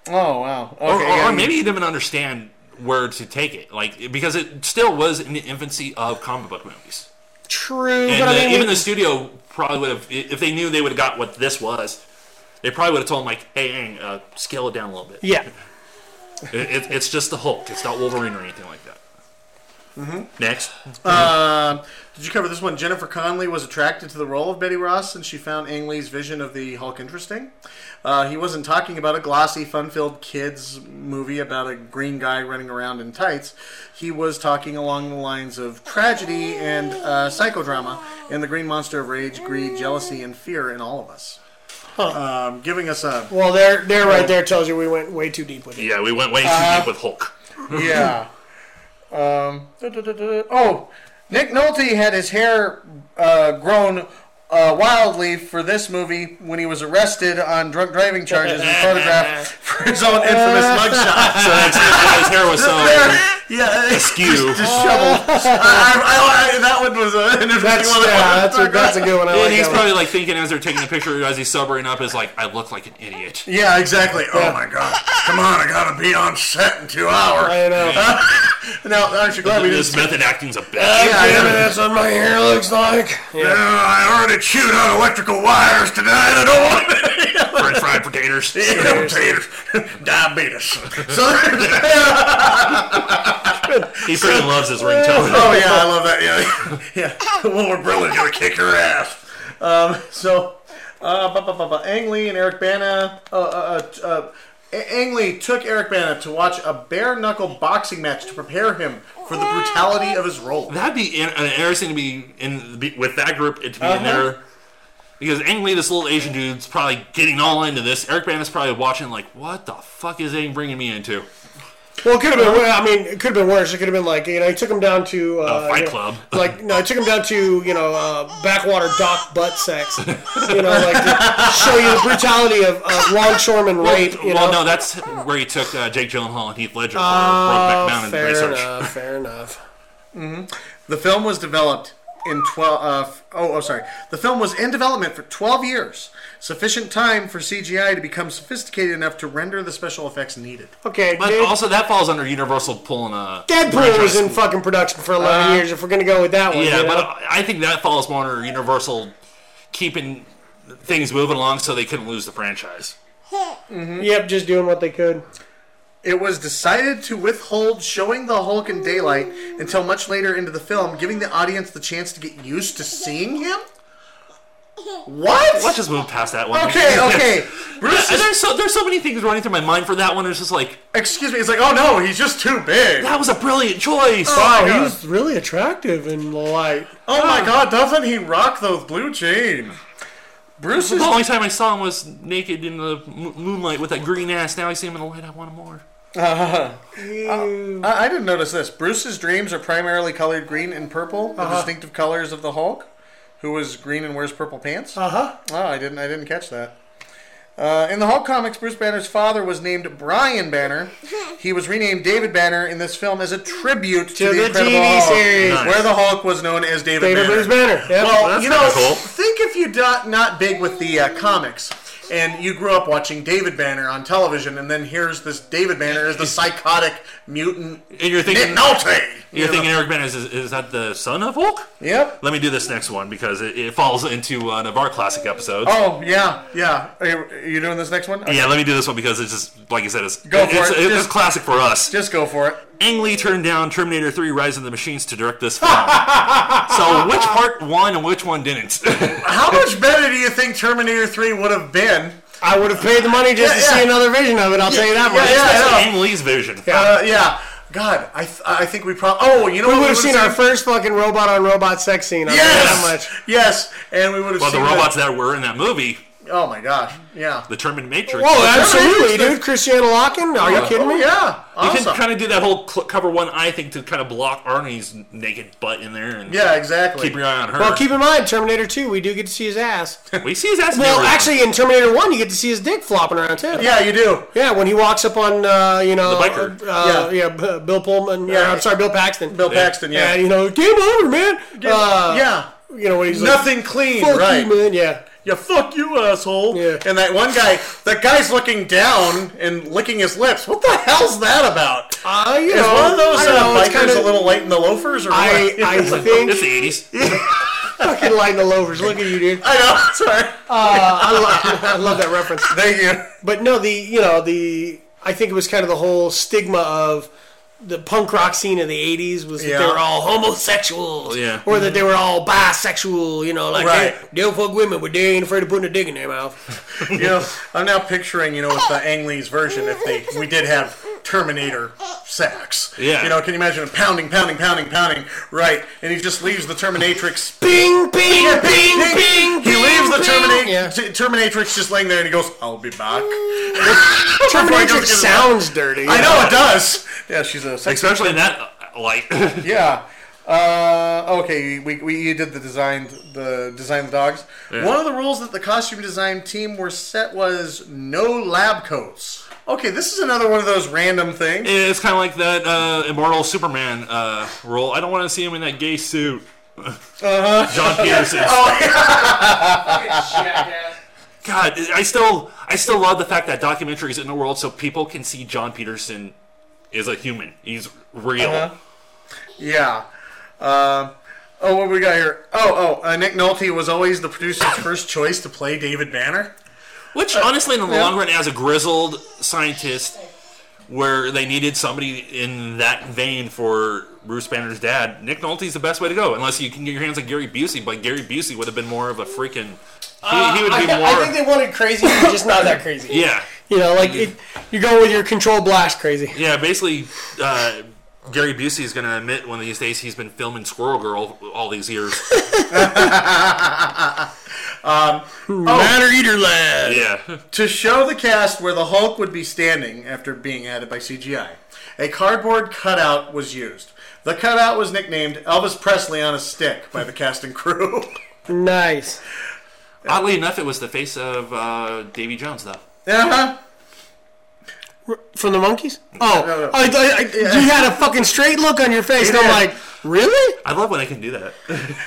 Speaker 6: Oh wow. Okay.
Speaker 3: Or, or-
Speaker 6: yeah,
Speaker 3: or maybe he didn't understand where to take it, like because it still was in the infancy of comic book movies,
Speaker 2: True,
Speaker 3: and
Speaker 2: but
Speaker 3: the-
Speaker 2: I mean,
Speaker 3: even the studio probably would have if they knew they would have got what this was. They probably would have told him like, "Hey, Aang, uh, scale it down a little bit."
Speaker 2: Yeah.
Speaker 3: It, it, it's just the Hulk. It's not Wolverine or anything like that. Mm-hmm. Next,
Speaker 6: Um, did you cover this one? Jennifer Connelly was attracted to the role of Betty Ross and she found Ang Lee's vision of the Hulk interesting. Uh, he wasn't talking about a glossy, fun filled kids movie about a green guy running around in tights. He was talking along the lines of tragedy and uh, psychodrama and the green monster of rage, greed, jealousy, and fear in all of us. Um, giving us a.
Speaker 2: Well, there, there, right there tells you we went way too deep with it.
Speaker 3: yeah, we went way too deep with Hulk.
Speaker 6: yeah. Um, da, da, da, da. Oh, Nick Nolte had his hair uh, grown uh, wildly for this movie when he was arrested on drunk driving charges and photographed for his own infamous mugshot.
Speaker 3: So that's his hair was so
Speaker 6: yeah, it's
Speaker 3: skew.
Speaker 6: disheveled. I, I, I, that one was
Speaker 3: uh,
Speaker 6: a, an
Speaker 2: That's,
Speaker 6: interesting
Speaker 2: yeah,
Speaker 6: one.
Speaker 2: that's, a, that's a good one. I like
Speaker 3: And he's
Speaker 2: that one.
Speaker 3: probably like thinking as they're taking the picture as he's sobering up is like, "I look like an idiot."
Speaker 6: Yeah, exactly. Oh my god! Come on, I gotta be on set in two hours.
Speaker 2: I know.
Speaker 6: Now, aren't you glad we didn't
Speaker 3: this method acting's a bitch.
Speaker 6: Yeah,
Speaker 2: Damn it,
Speaker 6: yeah.
Speaker 2: that's what my hair looks like.
Speaker 6: Uh, I already chewed on electrical wires tonight. I don't want
Speaker 3: French fried potatoes.
Speaker 6: potatoes. Diabetes. So,
Speaker 3: He freaking loves his ringtone.
Speaker 6: oh yeah, I love that. Yeah, yeah. Well, we're really gonna kick her ass. Um, so, uh, bu- bu- bu- bu- Ang Lee and Eric Bana. Uh, uh, uh, uh, A- Ang Lee took Eric Bana to watch a bare knuckle boxing match to prepare him for the brutality of his role.
Speaker 3: That'd be in, uh, interesting to be in be, with that group and to be in there. Because Ang Lee, this little Asian dude's probably getting all into this. Eric Bana's probably watching, like, what the fuck is Aang bringing me into?
Speaker 2: Well, it could have been. I mean, it could have been worse. It could have been like you know, he took him down to uh,
Speaker 3: Fight
Speaker 2: you know,
Speaker 3: Club.
Speaker 2: Like no, I took him down to you know uh, backwater dock butt sex. You know, like to show you the brutality of, of longshoreman rape. You
Speaker 3: well,
Speaker 2: know, Oh,
Speaker 3: no, that's where he took uh, Jake Gyllenhaal and Heath Ledger for Brokeback Mountain
Speaker 2: fair
Speaker 3: research.
Speaker 2: enough. Fair enough.
Speaker 6: The film was developed in 12. Uh, f- oh, oh, sorry. The film was in development for 12 years, sufficient time for CGI to become sophisticated enough to render the special effects needed.
Speaker 2: Okay,
Speaker 3: But
Speaker 2: Dead-
Speaker 3: also, that falls under Universal pulling a.
Speaker 2: Deadpool was in fucking production for eleven years. If we're gonna go with that one,
Speaker 3: Yeah,
Speaker 2: you know?
Speaker 3: but I think that falls more under Universal keeping things moving along so they couldn't lose the franchise.
Speaker 2: yep, just doing what they could.
Speaker 6: It was decided to withhold showing the Hulk in daylight until much later into the film, giving the audience the chance to get used to seeing him? What?
Speaker 3: Let's just move past that one.
Speaker 6: Okay, okay. Bruce
Speaker 3: And
Speaker 6: is-
Speaker 3: there's so there's so many things running through my mind for that one. It's just like
Speaker 6: excuse me. It's like, oh no, he's just too big.
Speaker 3: that was a brilliant choice.
Speaker 2: Oh,
Speaker 6: God.
Speaker 2: he was really attractive in the light.
Speaker 6: Oh my god, doesn't he rock those blue jeans? Bruce is
Speaker 3: the only time I saw him was naked in the mo- moonlight with that green ass. Now I see him in the light. I want him more.
Speaker 6: I, I didn't notice this. Bruce's dreams are primarily colored green and purple, the distinctive colors of the Hulk, who is green and wears purple pants.
Speaker 2: Uh-huh.
Speaker 6: Uh huh. Oh, I didn't. I didn't catch that. Uh, in the Hulk comics, Bruce Banner's father was named Brian Banner. He was renamed David Banner in this film as a tribute to, the,
Speaker 2: the
Speaker 6: Incredible
Speaker 2: TV
Speaker 6: Hulk,
Speaker 2: series. Nice.
Speaker 6: where the Hulk was known as David,
Speaker 2: David
Speaker 6: Banner.
Speaker 2: Bruce Banner. Yep.
Speaker 6: Well,
Speaker 3: that's
Speaker 6: you know,
Speaker 3: kinda cool.
Speaker 6: think if you're not, not big with the uh, comics and you grew up watching David Banner on television, and then here's this David Banner as the psychotic mutant.
Speaker 3: And you're thinking-
Speaker 6: Nick Nolte.
Speaker 3: You're thinking Eric Bana is, is that the son of Hulk?
Speaker 6: Yep.
Speaker 3: Let me do this next one because it, it falls into one of our classic episodes.
Speaker 6: Oh yeah, yeah. Are you, are you doing this next one?
Speaker 3: Yeah, let me do this one because it's just like you said, it's
Speaker 6: Go for
Speaker 3: it's,
Speaker 6: it.
Speaker 3: it's
Speaker 6: Just-
Speaker 3: classic for us.
Speaker 6: Just go for it.
Speaker 3: Ang Lee turned down Terminator 3 Rise of the Machines to direct this film. so which part won and which one didn't?
Speaker 6: How much better do you think Terminator Three would have been?
Speaker 2: I would have paid the money just
Speaker 6: Yeah,
Speaker 2: to see
Speaker 6: yeah.
Speaker 2: another vision of it. I'll tell you that
Speaker 6: yeah,
Speaker 2: much.
Speaker 6: yeah.
Speaker 3: That's Ang Lee's vision.
Speaker 6: Uh, yeah. God, I th- I think we probably. Oh, you know
Speaker 2: We
Speaker 6: what
Speaker 2: would have seen our first
Speaker 6: first.
Speaker 2: fucking robot on robot sex scene. I'll tell you
Speaker 6: Yes.
Speaker 2: that much.
Speaker 6: Yes, and we would have
Speaker 3: Well, the
Speaker 6: seen
Speaker 3: robots that were in that movie,
Speaker 6: Oh my gosh. Yeah.
Speaker 3: the Terminator Matrix.
Speaker 2: Oh, absolutely,
Speaker 6: Terminator's
Speaker 2: dude. Christiana Locken? Are you kidding
Speaker 6: Oh
Speaker 2: me?
Speaker 6: yeah.
Speaker 3: You
Speaker 6: Awesome.
Speaker 3: can kind of do that whole cl- cover one eye thing to kind of block Arnie's naked butt in there and
Speaker 6: Yeah, exactly.
Speaker 3: keep your eye on her.
Speaker 2: Well, keep in mind, Terminator 2, we do get to see his ass.
Speaker 3: we see his ass. in the
Speaker 2: Well,
Speaker 3: original.
Speaker 2: actually, in Terminator 1, you get to see his dick flopping around, too.
Speaker 6: yeah, you do.
Speaker 2: Yeah, when he walks up on, uh, you know,
Speaker 3: The biker.
Speaker 2: Uh, yeah. B- Bill Pullman. Yeah,
Speaker 6: Yeah.
Speaker 2: I'm sorry, Bill Paxton.
Speaker 6: Bill Paxton, yeah.
Speaker 2: And, you know, game over, man. Uh,
Speaker 6: yeah.
Speaker 2: You know, when he's
Speaker 6: Nothing clean,
Speaker 2: like, fuck
Speaker 6: right?
Speaker 2: you, man. Yeah.
Speaker 6: Yeah, fuck you, asshole.
Speaker 2: Yeah.
Speaker 6: And that one guy, that guy's looking down and licking his lips. What the hell's that about?
Speaker 2: Uh, you
Speaker 6: Is
Speaker 2: know,
Speaker 6: one of those
Speaker 2: I don't
Speaker 6: uh,
Speaker 2: know, it's
Speaker 6: bikers
Speaker 2: kinda-
Speaker 6: a little light in the loafers, or
Speaker 2: I,
Speaker 6: what?
Speaker 2: I think
Speaker 3: it's the 80s.
Speaker 2: Fucking Lionel Lovers. Look at you, dude.
Speaker 6: I know. Sorry.
Speaker 2: I love, I love that reference.
Speaker 6: Thank you.
Speaker 2: But no, the you know the I think it was kind of the whole stigma of the punk rock scene in the '80s was that they
Speaker 6: Yeah.
Speaker 2: were all homosexuals,
Speaker 3: Yeah.
Speaker 2: or that they were all bisexual. You know, like
Speaker 6: Right.
Speaker 2: they, they'll fuck women, but they ain't afraid of putting a dick in their mouth.
Speaker 6: You know, I'm now picturing, you know, with the Ang Lee's version, if they we did have Terminator sex.
Speaker 3: Yeah.
Speaker 6: You know, can you imagine him pounding, pounding, pounding, pounding? Right, and he just leaves the Terminatrix.
Speaker 2: Bing, bing, bing,
Speaker 6: He-
Speaker 2: bing.
Speaker 6: He leaves the Terminator.
Speaker 2: Yeah.
Speaker 6: Terminatrix just laying there, and he goes, "I'll be back."
Speaker 2: Terminatrix sounds dirty.
Speaker 6: I know it does. Yeah, she's a sex.
Speaker 3: Especially in that uh, light.
Speaker 6: Yeah. Uh, okay, we, we you did the design the design the dogs. One of the rules that the costume design team were set was no lab coats. Okay, this is another one of those random things.
Speaker 3: it's kind of like that uh, immortal Superman uh, role. I don't want to see him in that gay suit. Uh-huh. John Peterson. God, I still, I still love the fact that documentaries in the world so people can see John Peterson is a human. He's real.
Speaker 6: Yeah. Um oh, what we got here? Oh, oh, uh, Nick Nolte was always the producer's first choice to play David Banner.
Speaker 3: Which, honestly, in the long run, as a grizzled scientist, where they needed somebody in that vein for Bruce Banner's dad, Nick Nolte's the best way to go. Unless you can get your hands on Gary Busey, but Gary Busey would have been more of a freaking. He, he would be
Speaker 2: Uh, I,
Speaker 3: more.
Speaker 2: I think they wanted crazy, but just not that crazy.
Speaker 3: yeah,
Speaker 2: You know, like it, you go with your control blast crazy.
Speaker 3: yeah. Basically, uh, Gary Busey is going to admit one of these days he's been filming Squirrel Girl all these years.
Speaker 2: Um, Matter eater lad.
Speaker 3: yeah,
Speaker 6: To show the cast where the Hulk would be standing after being added by CGI, a cardboard cutout was used. The cutout was nicknamed Elvis Presley on a stick by the cast and crew.
Speaker 2: Nice.
Speaker 3: Oddly enough, it was the face of uh, Davy Jones, though.
Speaker 6: uh-huh.
Speaker 2: From the monkeys? Oh,
Speaker 6: no, no.
Speaker 2: I, I, I, you had a fucking straight look on your face, and
Speaker 6: Yeah.
Speaker 2: I'm like, really?
Speaker 3: I love when I can do that.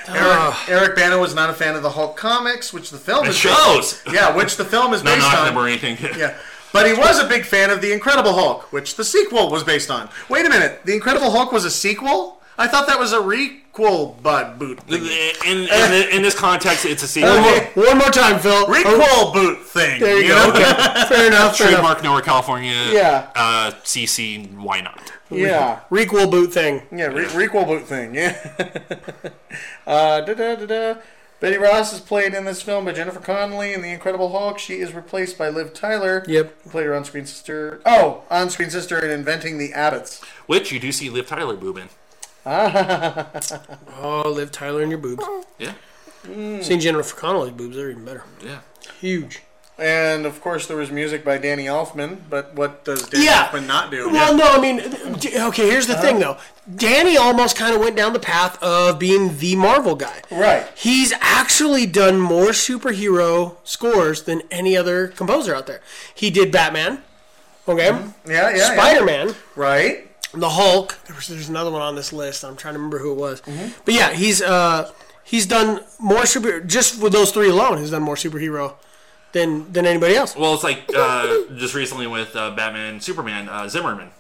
Speaker 6: Eric, Eric Bana was not a fan of the Hulk comics, which the film
Speaker 3: It
Speaker 6: is
Speaker 3: shows.
Speaker 6: Yeah, which the film is
Speaker 3: No
Speaker 6: based
Speaker 3: knocking
Speaker 6: on.
Speaker 3: them or anything.
Speaker 6: Yeah. But he was a big fan of The Incredible Hulk, which the sequel was based on. Wait a minute, The Incredible Hulk was a sequel? I thought that was a requel, bud boot.
Speaker 3: In,
Speaker 6: thingy.
Speaker 3: in, in, in this context, it's a sequel.
Speaker 2: One
Speaker 6: Okay.
Speaker 2: more, one more time, Phil. Oh,
Speaker 6: Requel boot thing.
Speaker 2: There you go.
Speaker 6: know?
Speaker 2: Okay. Fair enough. Fair enough.
Speaker 3: Trademark Nowhere California.
Speaker 6: Yeah.
Speaker 3: Uh, CC. Why not?
Speaker 6: Yeah.
Speaker 2: Requel boot thing.
Speaker 6: Yeah, re- requel boot thing, yeah. uh, da, da, da, da. Betty Ross is played in this film by Jennifer Connelly in The Incredible Hulk. She is replaced by Liv Tyler.
Speaker 2: Yep.
Speaker 6: Who played her on screen sister. Oh, on screen sister in Inventing the Abbots.
Speaker 3: Which you do see Liv Tyler boobing.
Speaker 2: Oh, Liv Tyler and your boobs.
Speaker 6: Hmm.
Speaker 3: Yeah.
Speaker 2: Seeing Jennifer Connelly's boobs are even better.
Speaker 3: Yeah.
Speaker 2: Huge.
Speaker 6: And of course, there was music by Danny Elfman. But what does Danny
Speaker 2: Yeah.
Speaker 6: Elfman not do?
Speaker 2: Well, no, I mean, d- okay, here's the thing, though. Danny almost kind of went down the path of being the Marvel guy.
Speaker 6: Right.
Speaker 2: He's actually done more superhero scores than any other composer out there. He did Batman, okay?
Speaker 6: Mm-hmm. Yeah, yeah, yeah.
Speaker 2: Spider Man,
Speaker 6: Right.
Speaker 2: The Hulk. There was, there's another one on this list. I'm trying to remember who it was.
Speaker 3: Mm-hmm.
Speaker 2: But yeah, he's uh, he's done more super just with those three alone. He's done more superhero than than anybody else.
Speaker 3: Well, it's like uh, just recently with uh, Batman, and Superman, uh, Zimmerman.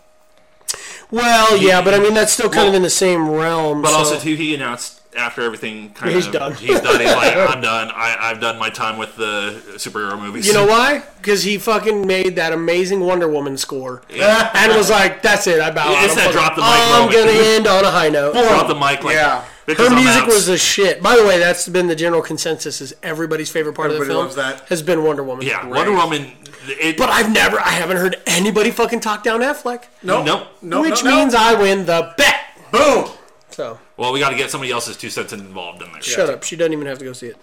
Speaker 2: Well, yeah, but I mean that's still kind of in the same realm.
Speaker 3: But
Speaker 2: so-
Speaker 3: also too, he announced after everything kind
Speaker 2: He's
Speaker 3: of
Speaker 2: done.
Speaker 3: He's done. He's like, I'm done. I, I've done my time with the superhero movies.
Speaker 2: You know why? Because he fucking made that amazing Wonder Woman score and was like, "That's it, I bow out.
Speaker 3: It's
Speaker 2: I'm
Speaker 3: that
Speaker 2: fucking-
Speaker 3: drop the mic
Speaker 2: I'm
Speaker 3: moment.
Speaker 2: gonna end on a high note."
Speaker 3: Drop the mic. Like,
Speaker 6: Yeah.
Speaker 3: because
Speaker 2: Her
Speaker 3: I'm
Speaker 2: music
Speaker 3: out.
Speaker 2: was the shit. By the way, that's been the general consensus: is everybody's favorite part of the
Speaker 6: Everybody
Speaker 2: film
Speaker 6: loves that.
Speaker 2: has been Wonder Woman.
Speaker 3: yeah. Wonder Woman. It,
Speaker 2: But I've never, I haven't heard anybody fucking talk down Affleck,
Speaker 3: no.
Speaker 6: No,
Speaker 2: which
Speaker 6: no, no.
Speaker 2: means I win the bet.
Speaker 6: Boom.
Speaker 2: So
Speaker 3: Well, we got to get somebody else's two cents involved in there.
Speaker 2: shut up. She doesn't even have to go see it.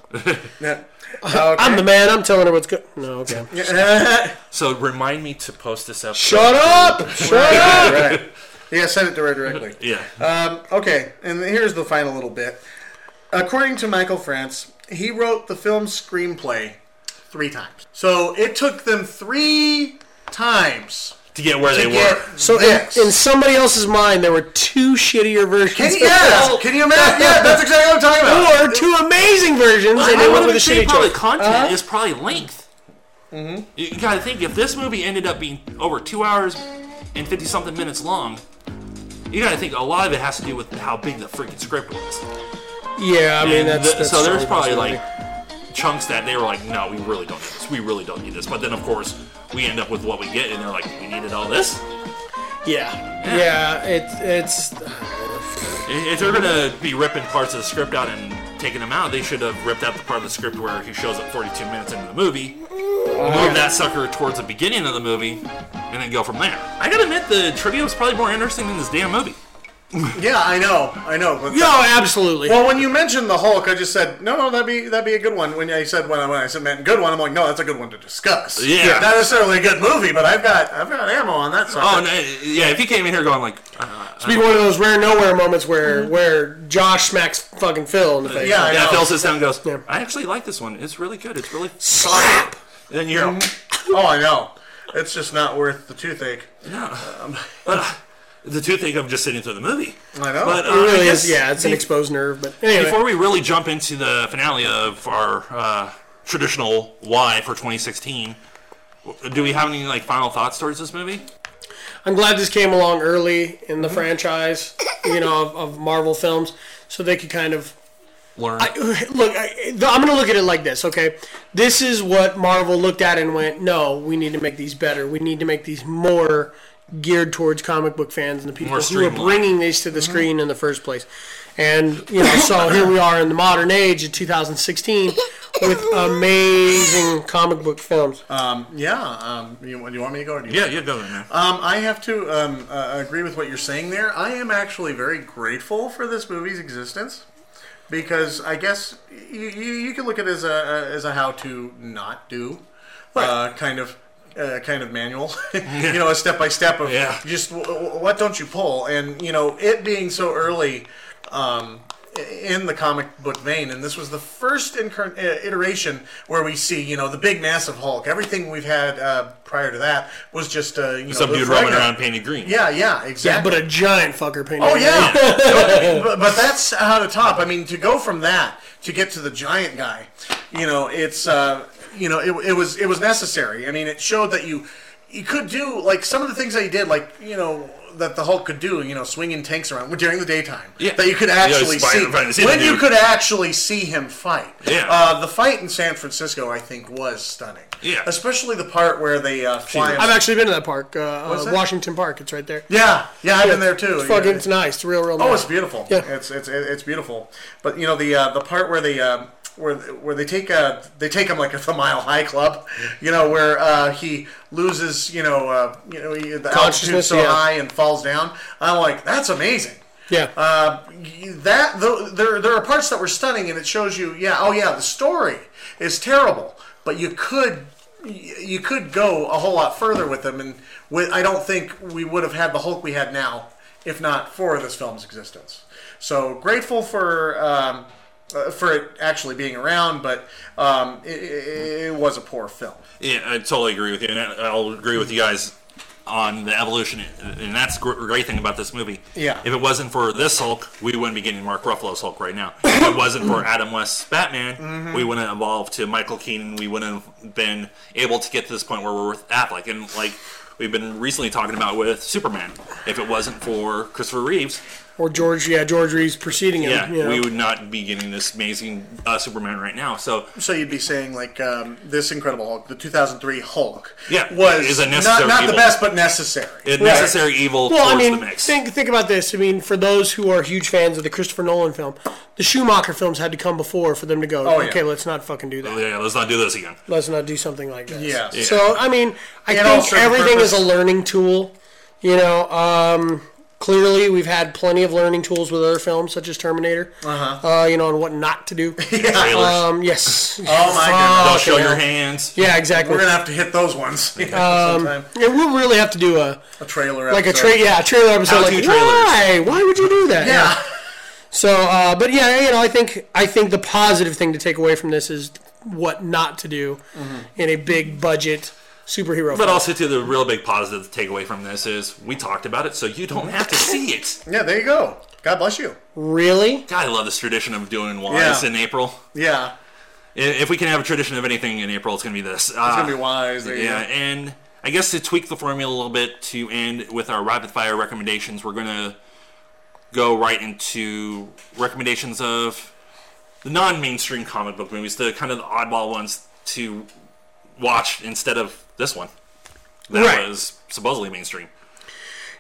Speaker 6: Yeah.
Speaker 2: I'm the man. I'm telling her what's good. No, okay.
Speaker 3: So remind me to post this up.
Speaker 2: Shut up. Shut up.
Speaker 6: right. Yeah, send it to her directly.
Speaker 3: Yeah.
Speaker 6: Um, okay, and here's the final little bit. According to Michael France, he wrote the film's screenplay three times. So it took them three times
Speaker 3: to get where they
Speaker 6: to get
Speaker 3: were.
Speaker 2: So in,
Speaker 6: this.
Speaker 2: in somebody else's mind, there were two shittier versions.
Speaker 6: Can you,
Speaker 2: of
Speaker 6: yes,
Speaker 2: Hulk.
Speaker 6: can you imagine? Yeah, that's exactly what I'm talking about.
Speaker 2: Or two amazing versions, and
Speaker 3: I
Speaker 2: they
Speaker 3: would
Speaker 2: went
Speaker 3: even
Speaker 2: with a
Speaker 3: say
Speaker 2: shitty Uh-huh.
Speaker 3: probably
Speaker 2: Mm-hmm. choice.
Speaker 3: content is probably length. You, you gotta think if this movie ended up being over two hours and fifty something minutes long, you gotta think a lot of it has to do with how big the freaking script was.
Speaker 2: Yeah, I mean
Speaker 3: And
Speaker 2: that's,
Speaker 3: th-
Speaker 2: that's
Speaker 3: so there's
Speaker 2: true.
Speaker 3: probably like chunks that they were like, no, we really don't need this. We really don't need this. But then of course we end up with what we get, and they're like, we needed all this.
Speaker 2: yeah, yeah. It's it's
Speaker 3: I- If they're gonna be ripping parts of the script out and taking them out, they should have ripped out the part of the script where he shows up 42 minutes into the movie, move that sucker towards the beginning of the movie, and then go from there. I gotta admit, the trivia was probably more interesting than this damn movie.
Speaker 6: Yeah, I know, I know. But
Speaker 2: no, absolutely.
Speaker 6: well, when you mentioned the Hulk, I just said no, no, that'd be that'd be a good one. When I said when I when I said meant good one, I'm like, no, that's a good one to discuss.
Speaker 3: Yeah.
Speaker 6: not necessarily a good movie, but I've got I've got ammo on that. Sucker.
Speaker 3: Oh, no, yeah. If he came in here going like, uh,
Speaker 2: Speaking of one of those rare nowhere moments where where Josh smacks fucking Phil in the face.
Speaker 6: Yeah, I
Speaker 3: Mm-hmm. yeah,
Speaker 6: know.
Speaker 3: Phil sits down and goes,
Speaker 2: Yeah.
Speaker 3: I actually like this one. It's really good. It's really
Speaker 2: Slap.
Speaker 3: And then you're,
Speaker 6: Oh, I know. It's just not worth the toothache.
Speaker 3: the toothache of just sitting through the movie.
Speaker 6: I know.
Speaker 3: But, uh,
Speaker 2: It
Speaker 3: I
Speaker 2: really
Speaker 3: guess
Speaker 2: is. Yeah, it's an
Speaker 3: be-
Speaker 2: exposed nerve. But anyway,
Speaker 3: Before we really jump into the finale of our uh, traditional why for 2016, w- do we have any like final thoughts towards this movie?
Speaker 2: I'm glad this came along early in
Speaker 3: Mm-hmm.
Speaker 2: the franchise, you know, of, of Marvel films, so they could kind of
Speaker 3: Learn.
Speaker 2: look. I, I'm going to look at it like this. Okay, this is what Marvel looked at and went, "No, we need to make these better. We need to make these more geared towards comic book fans and the people
Speaker 3: More
Speaker 2: who are
Speaker 3: streamlined.
Speaker 2: bringing these to the screen in the first place." And you know, so here we are in the modern age of 2016 with amazing comic book films.
Speaker 6: Oh, Yeah. Um, you, you want me to go? Or do you
Speaker 3: yeah, yeah, go in
Speaker 2: Uh,
Speaker 3: there.
Speaker 6: Um, I have to um, uh, agree with what you're saying there. I am actually very grateful for this movie's existence because I guess you, you, you can look at it as a as a how to not do uh, kind of. Uh, kind of manual, you know, a step by step of
Speaker 3: Yeah.
Speaker 6: just w- w- what don't you pull, and you know, it being so early um, i- in the comic book vein, and this was the first incar- uh, iteration where we see, you know, the big massive Hulk. Everything we've had uh, prior to that was just uh, you know,
Speaker 3: Some
Speaker 6: Lou
Speaker 3: dude roaming
Speaker 6: Ferrigno.
Speaker 3: around painted green.
Speaker 6: Yeah, yeah,
Speaker 2: Yeah,
Speaker 6: exactly.
Speaker 2: but a giant fucker painted.
Speaker 6: oh yeah, No, but, but that's how to top. I mean, to go from that to get to the giant guy, you know, it's uh, you know, it, it was it was necessary. I mean, it showed that you you could do like some of the things that he did, like you know. That the Hulk could do, you know, swinging tanks around during the daytime.
Speaker 3: Yeah.
Speaker 6: That you could
Speaker 3: Yeah, he's
Speaker 6: actually
Speaker 3: fine-
Speaker 6: see.
Speaker 3: fine to see the
Speaker 6: when you
Speaker 3: dude.
Speaker 6: could actually see him fight.
Speaker 3: Yeah.
Speaker 6: Uh, the fight in San Francisco, I think, was stunning.
Speaker 3: Yeah.
Speaker 6: Especially the part where they uh, fly.
Speaker 2: I've actually been to that park, uh, uh,
Speaker 6: that?
Speaker 2: Washington Park. It's right there.
Speaker 6: yeah, yeah, I've been there too.
Speaker 2: It's fucking,
Speaker 6: Yeah.
Speaker 2: it's nice. It's real, real.
Speaker 6: Oh,
Speaker 2: nice.
Speaker 6: it's beautiful.
Speaker 2: Yeah.
Speaker 6: it's it's it's beautiful. But you know the uh, the part where they um, where where they take uh they take him like at the mile high club, you know where uh, he loses you know uh, you know he- the altitude
Speaker 2: Consciousness,
Speaker 6: so
Speaker 2: yeah.
Speaker 6: high and falls down. I'm like that's amazing.
Speaker 2: yeah.
Speaker 6: Uh, you- that though there there are parts that were stunning and it shows you yeah oh yeah the story is terrible but you could y- you could go a whole lot further with them and with, I don't think we would have had the Hulk we had now if not for this film's existence so grateful for um, uh, for it actually being around but um, it, it, it was a poor film
Speaker 3: Yeah, I totally agree with you, and I- I'll agree with you guys on the evolution, and that's gr- great thing about this movie.
Speaker 6: Yeah.
Speaker 3: If it wasn't for this Hulk, we wouldn't be getting Mark Ruffalo's Hulk right now. if it wasn't for Adam West's Batman,
Speaker 2: Mm-hmm.
Speaker 3: we wouldn't evolve to Michael Keaton. We wouldn't have been able to get to this point where we're with Affleck, and like we've been recently talking about with Superman. If it wasn't for Christopher Reeves,
Speaker 2: or George, yeah, George Reeves preceding him.
Speaker 3: yeah,
Speaker 2: you know.
Speaker 3: we would not be getting this amazing uh, Superman right now. So
Speaker 6: So you'd be saying like um, this Incredible Hulk, the 2003 Hulk,
Speaker 3: Yeah,
Speaker 6: was
Speaker 3: is a
Speaker 6: not,
Speaker 3: necessary
Speaker 6: not the
Speaker 3: evil.
Speaker 6: best, but necessary.
Speaker 3: a necessary evil
Speaker 2: well, I
Speaker 3: towards
Speaker 2: mean,
Speaker 3: the mix.
Speaker 2: think think about this. I mean, for those who are huge fans of the Christopher Nolan film, the Schumacher films had to come before for them to go.
Speaker 6: Oh, yeah.
Speaker 2: Okay, let's not fucking do that.
Speaker 3: yeah, let's not do this again.
Speaker 2: Let's not do something like that.
Speaker 6: Yeah. Yeah.
Speaker 2: So I mean, I
Speaker 6: And
Speaker 2: think
Speaker 6: also the
Speaker 2: everything is a
Speaker 6: purpose-
Speaker 2: learning tool. You know, um, clearly we've had plenty of learning tools with other films such as Terminator. Uh-huh. You know, and what not to do.
Speaker 3: Trailers.
Speaker 2: um, yes.
Speaker 6: Oh my goodness,
Speaker 3: Don't show
Speaker 2: yeah.
Speaker 3: your hands.
Speaker 2: Yeah, exactly.
Speaker 6: we're gonna have to hit those ones sometime.
Speaker 2: Yeah, we'll really have to do a
Speaker 6: A trailer,
Speaker 2: like a
Speaker 6: episode.
Speaker 2: tra- yeah a trailer episode.
Speaker 3: How-to
Speaker 2: Like
Speaker 3: trailers.
Speaker 2: why? Why would you do that?
Speaker 6: Yeah.
Speaker 2: So, uh, but yeah, you know, I think I think the positive thing to take away from this is what not to do in a big budget superhero.
Speaker 3: Mm-hmm. But
Speaker 2: film.
Speaker 3: also, to the real big positive takeaway from this is we talked about it, so you don't have to see it.
Speaker 6: yeah, there you go. God bless you.
Speaker 2: really,
Speaker 3: God, I love this tradition of doing wise
Speaker 6: Yeah.
Speaker 3: in April.
Speaker 6: Yeah,
Speaker 3: I- If we can have a tradition of anything in April, it's going to be this.
Speaker 6: it's gonna be wise. There you
Speaker 3: Yeah,
Speaker 6: go.
Speaker 3: and I guess to tweak the formula a little bit to end with our rapid fire recommendations, we're going to go right into recommendations of the non-mainstream comic book movies, the kind of the oddball ones to watch instead of this one that
Speaker 2: Right.
Speaker 3: was supposedly mainstream.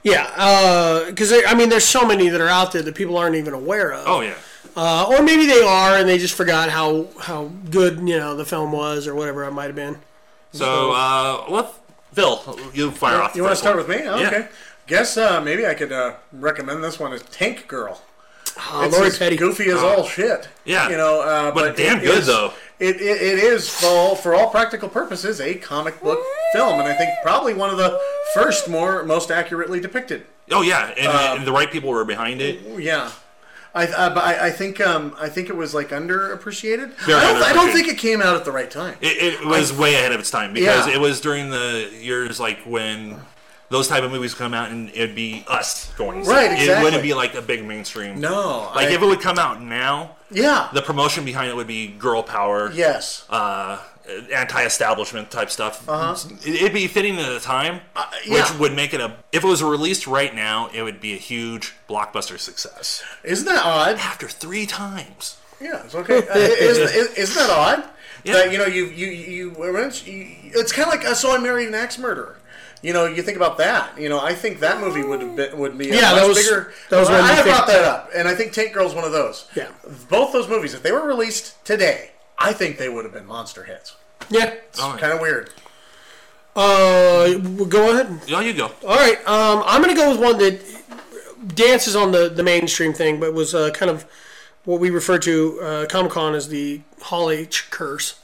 Speaker 2: Yeah, because I mean, there's so many that are out there that people aren't even aware of.
Speaker 3: Oh yeah,
Speaker 2: Uh, or maybe they are, and they just forgot how how good you know the film was, or whatever it might have been.
Speaker 3: so uh, let Phil, you fire off. the
Speaker 6: You want
Speaker 3: first
Speaker 6: to start
Speaker 3: one.
Speaker 6: with me? Oh,
Speaker 3: Yeah.
Speaker 6: Okay. Guess uh, maybe I could uh, recommend this one as Tank Girl.
Speaker 2: Uh,
Speaker 6: It's
Speaker 2: Lori
Speaker 6: as
Speaker 2: Petty.
Speaker 6: goofy as all shit.
Speaker 3: Yeah.
Speaker 6: you know, uh,
Speaker 3: But damn
Speaker 6: it
Speaker 3: good,
Speaker 6: is-
Speaker 3: though.
Speaker 6: It, it, it is for all, for all practical purposes a comic book film, and I think probably one of the first more most accurately depicted.
Speaker 3: Oh yeah, and,
Speaker 6: Um,
Speaker 3: and the right people were behind it.
Speaker 6: Yeah. I, uh, but I, I think um, I think it was like underappreciated.
Speaker 3: Very
Speaker 6: I, don't, I don't
Speaker 3: underappreciated.
Speaker 6: think it came out at the right time.
Speaker 3: It, it was way ahead of its time because
Speaker 6: Yeah.
Speaker 3: it was during the years like when those type of movies come out and it'd be us going. to see
Speaker 6: Right,
Speaker 3: it. It
Speaker 6: exactly.
Speaker 3: wouldn't be like a big mainstream.
Speaker 6: No,
Speaker 3: Like
Speaker 6: I-
Speaker 3: if it would come out now,
Speaker 6: yeah.
Speaker 3: the promotion behind it would be girl power.
Speaker 6: yes.
Speaker 3: Uh, anti-establishment type stuff. It- It'd be fitting at the time,
Speaker 6: Uh-huh. Uh, yeah.
Speaker 3: which would make it a. If it was released right now, it would be a huge blockbuster success.
Speaker 6: Isn't that odd?
Speaker 3: After three times,
Speaker 6: Yeah, it's okay. Uh, isn't, isn't that odd? That you know you you you, you it's kind of like I saw I married an axe murderer. You know, you think about that. You know, I think that movie would have been would be a
Speaker 2: Yeah,
Speaker 6: much
Speaker 2: that was-
Speaker 6: bigger.
Speaker 2: that was one of
Speaker 6: I
Speaker 2: my
Speaker 6: had brought
Speaker 2: favorite-
Speaker 6: that up, and I think Tank Girl's one of those.
Speaker 2: Yeah.
Speaker 6: both those movies, if they were released today, I think they would have been monster hits.
Speaker 2: Yeah.
Speaker 3: All right.
Speaker 6: Kind of weird.
Speaker 2: Uh, well, go ahead.
Speaker 3: Yeah, you go.
Speaker 2: All right. Um, I'm gonna go with one that dances on the the mainstream thing, but was uh, kind of what we refer to uh, Comic Con as the Hall H curse.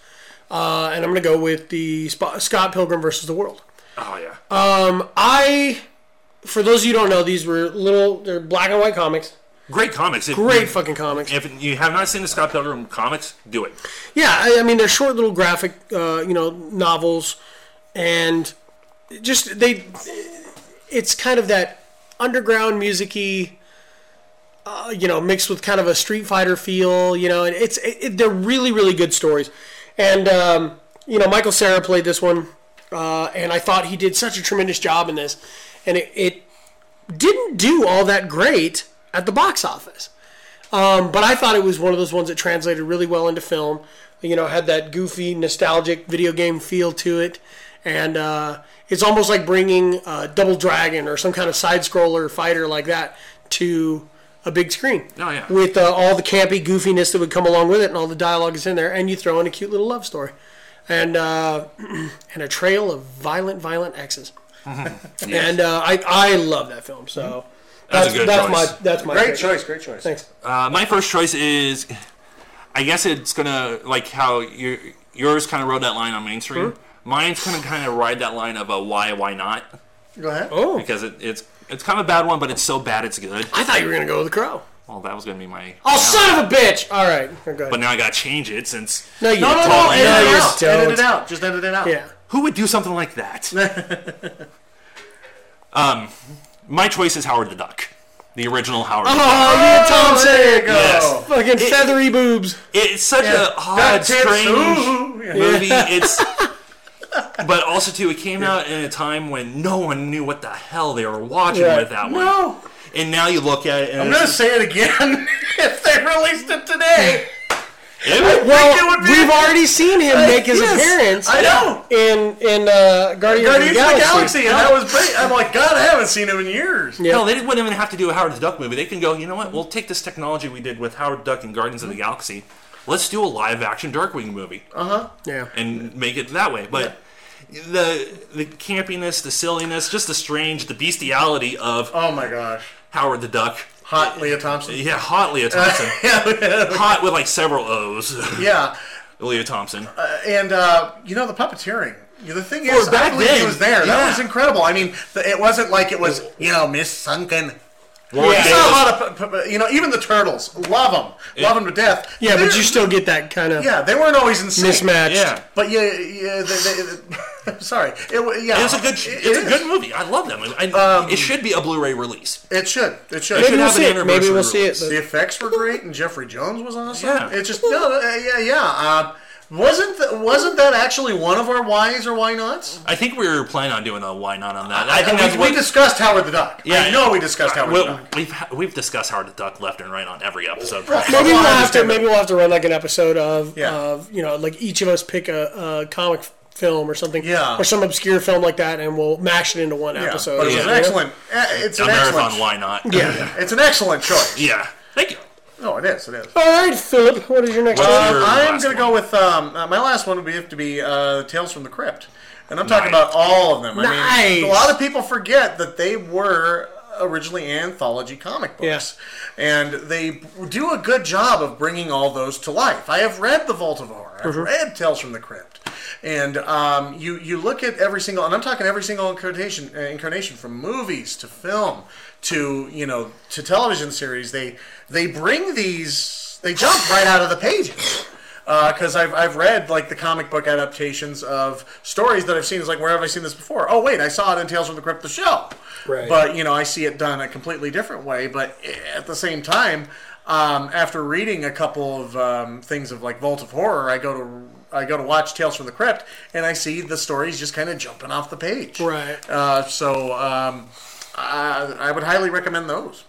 Speaker 2: Uh, and I'm gonna go with the Sp- Scott Pilgrim versus the World.
Speaker 3: Oh yeah.
Speaker 2: I, for those of you who don't know, these were little they're black and white comics.
Speaker 3: Great comics. It-
Speaker 2: Great fucking comics.
Speaker 3: If you have not seen the Scott Pilgrim comics, do it.
Speaker 2: Yeah, I, I mean they're short little graphic, uh, you know, novels, and just they. It's kind of that underground musicy, uh, you know, mixed with kind of a Street Fighter feel. You know, and it's it, it- they're really really good stories, and um, you know Michael Sarah played this one, uh, and I thought he did such a tremendous job in this, and it, it didn't do all that great at the box office Um, but I thought it was one of those ones that translated really well into film. You know, had that goofy, nostalgic video game feel to it, and uh, it's almost like bringing uh, Double Dragon or some kind of side scroller fighter like that to a big screen.
Speaker 3: Oh, yeah.
Speaker 2: With uh, all the campy goofiness that would come along with it, and all the dialogue is in there, and you throw in a cute little love story, and uh, and a trail of violent, violent exes. And uh, I I love that film. So
Speaker 3: Mm-hmm. That's a good
Speaker 2: that's
Speaker 3: choice.
Speaker 2: my that's my
Speaker 6: Great
Speaker 2: pick.
Speaker 6: choice. Great choice.
Speaker 2: Thanks.
Speaker 3: Uh, my first choice is, I guess it's gonna like how your yours kind of rode that line on mainstream. Mine's gonna kind of ride that line of a why why not
Speaker 6: Go ahead.
Speaker 2: Oh,
Speaker 3: because it, it's it's kind of a bad one, but it's so bad it's good.
Speaker 2: I thought you were gonna go with the crow.
Speaker 3: Well, that was gonna be my.
Speaker 2: Oh, son of a bitch! All right, go ahead.
Speaker 3: But now I gotta change it since
Speaker 2: no, you
Speaker 6: No, no,
Speaker 2: don't.
Speaker 6: no! Edit
Speaker 3: No,
Speaker 6: it
Speaker 3: you
Speaker 6: out.
Speaker 2: don't.
Speaker 6: Edit it out. Just edit it out.
Speaker 2: Yeah,
Speaker 3: who would do something like that? um, my choice is Howard the Duck, the original Howard. the Duck.
Speaker 2: oh,
Speaker 6: Oh, there you go.
Speaker 3: Yes.
Speaker 2: fucking feathery boobs.
Speaker 3: It's such
Speaker 6: Yeah.
Speaker 3: a
Speaker 6: Duck
Speaker 3: odd,
Speaker 6: tits.
Speaker 3: strange.
Speaker 6: Ooh. Yeah.
Speaker 3: movie. It's but also too, it came out in a time when no one knew what the hell they were watching
Speaker 2: Yeah.
Speaker 3: with that one.
Speaker 6: No.
Speaker 3: And now you look at it, and
Speaker 6: I'm
Speaker 3: it's-
Speaker 6: gonna say it again. if they released it today,
Speaker 3: it-
Speaker 6: it
Speaker 2: Well,
Speaker 6: would be-
Speaker 2: we've already seen him make his
Speaker 6: Uh, yes,
Speaker 2: appearance.
Speaker 6: I know.
Speaker 2: In in uh, Guardians,
Speaker 6: Guardians
Speaker 2: of the Galaxy.
Speaker 6: and
Speaker 3: Oh.
Speaker 6: that was great. I'm like, God, I haven't seen him in years.
Speaker 2: yeah.
Speaker 3: hell, they didn't- wouldn't even have to do a Howard the Duck movie. They can go, you know what? We'll take this technology we did with Howard the Duck and Guardians of the Galaxy. Let's do a live action Darkwing movie
Speaker 2: Yeah.
Speaker 3: and make it that way. But the the campiness, the silliness, just the strange, the bestiality of
Speaker 6: Oh my gosh,
Speaker 3: Howard the Duck.
Speaker 6: hot Leah Thompson.
Speaker 3: Yeah, hot Leah Thompson. hot with like several O's.
Speaker 6: Yeah,
Speaker 3: Leah Thompson.
Speaker 6: and uh, you know the puppeteering. You know, The thing is, I
Speaker 3: back
Speaker 6: believe he
Speaker 3: then,
Speaker 6: was there. That
Speaker 3: yeah.
Speaker 6: was incredible. I mean, th- it wasn't like it was, you know, Miss Sunken.
Speaker 3: Warwick
Speaker 6: You
Speaker 3: Davis.
Speaker 6: saw a lot of, pu- pu- you know, even the turtles. Love them, love them to death.
Speaker 2: Yeah, but
Speaker 6: They're-
Speaker 2: you still get that kind of
Speaker 6: yeah, they weren't always in sync.
Speaker 2: mismatched.
Speaker 3: Yeah.
Speaker 6: But yeah, yeah. They, they, I'm sorry. It, wa- yeah,
Speaker 3: It's a good.
Speaker 6: It-
Speaker 3: It's
Speaker 6: it
Speaker 3: a
Speaker 6: is. Um,
Speaker 3: good movie. I love that movie. I, it should be a Blu-ray release.
Speaker 6: It should. It should.
Speaker 2: Maybe
Speaker 3: should
Speaker 2: we'll
Speaker 3: have an
Speaker 2: see it. Maybe
Speaker 3: anniversary
Speaker 2: we'll see it.
Speaker 3: release.
Speaker 6: The effects were great, and Jeffrey Jones was awesome.
Speaker 3: Yeah.
Speaker 6: It's just no, uh, yeah, yeah. Um, Wasn't th- wasn't that actually one of our whys or why nots?
Speaker 3: I think we were planning on doing a why not on that.
Speaker 6: I
Speaker 3: I think that's
Speaker 6: we,
Speaker 3: what
Speaker 6: we discussed Howard the Duck.
Speaker 3: Yeah,
Speaker 6: I know we discussed Howard the
Speaker 3: Well,
Speaker 6: Duck.
Speaker 3: we've ha- we've discussed Howard the Duck left and right on every episode.
Speaker 2: Maybe we'll
Speaker 6: I
Speaker 2: have to
Speaker 6: understand
Speaker 2: maybe we'll have to run like an episode of
Speaker 6: Yeah.
Speaker 2: of you know like each of us pick a, a comic f- film or something
Speaker 6: Yeah.
Speaker 2: or some obscure film like that and we'll mash it into one
Speaker 6: Yeah,
Speaker 2: episode.
Speaker 6: but it
Speaker 2: or
Speaker 6: was an
Speaker 2: something, you know?
Speaker 6: excellent. eh, It's
Speaker 3: A
Speaker 6: an excellent.
Speaker 3: marathon, why not?
Speaker 6: Yeah, it's an excellent choice.
Speaker 3: yeah. Thank you.
Speaker 6: No, it is. It is.
Speaker 2: All right, Philip, what is your next?
Speaker 3: Well,
Speaker 2: one?
Speaker 3: Your
Speaker 6: I'm
Speaker 3: last
Speaker 6: gonna
Speaker 3: one.
Speaker 6: go with um, uh, my last one would be have to be uh, Tales from the Crypt, and I'm talking
Speaker 3: Nice.
Speaker 6: about all of them. I mean,
Speaker 2: Nice.
Speaker 6: a lot of people forget that they were originally anthology comic books,
Speaker 2: Yes.
Speaker 6: and they do a good job of bringing all those to life. I have read The Vault of Horror. I've read Tales from the Crypt. And um, you you look at every single, and I'm talking every single incarnation, uh, incarnation from movies to film to you know to television series. They they bring these, they jump right out of the pages because I've, I've read like the comic book adaptations of stories that I've seen. It's like where have I seen this before? Oh wait, I saw it in Tales from the Crypt, the show.
Speaker 2: Right.
Speaker 6: But you know, I see it done a completely different way. But at the same time, um, after reading a couple of um, things of like Vault of Horror, I go to I go to watch Tales from the Crypt, and I see the stories just kind of jumping off the page.
Speaker 2: Right.
Speaker 6: Uh, so um, I, I would highly recommend those.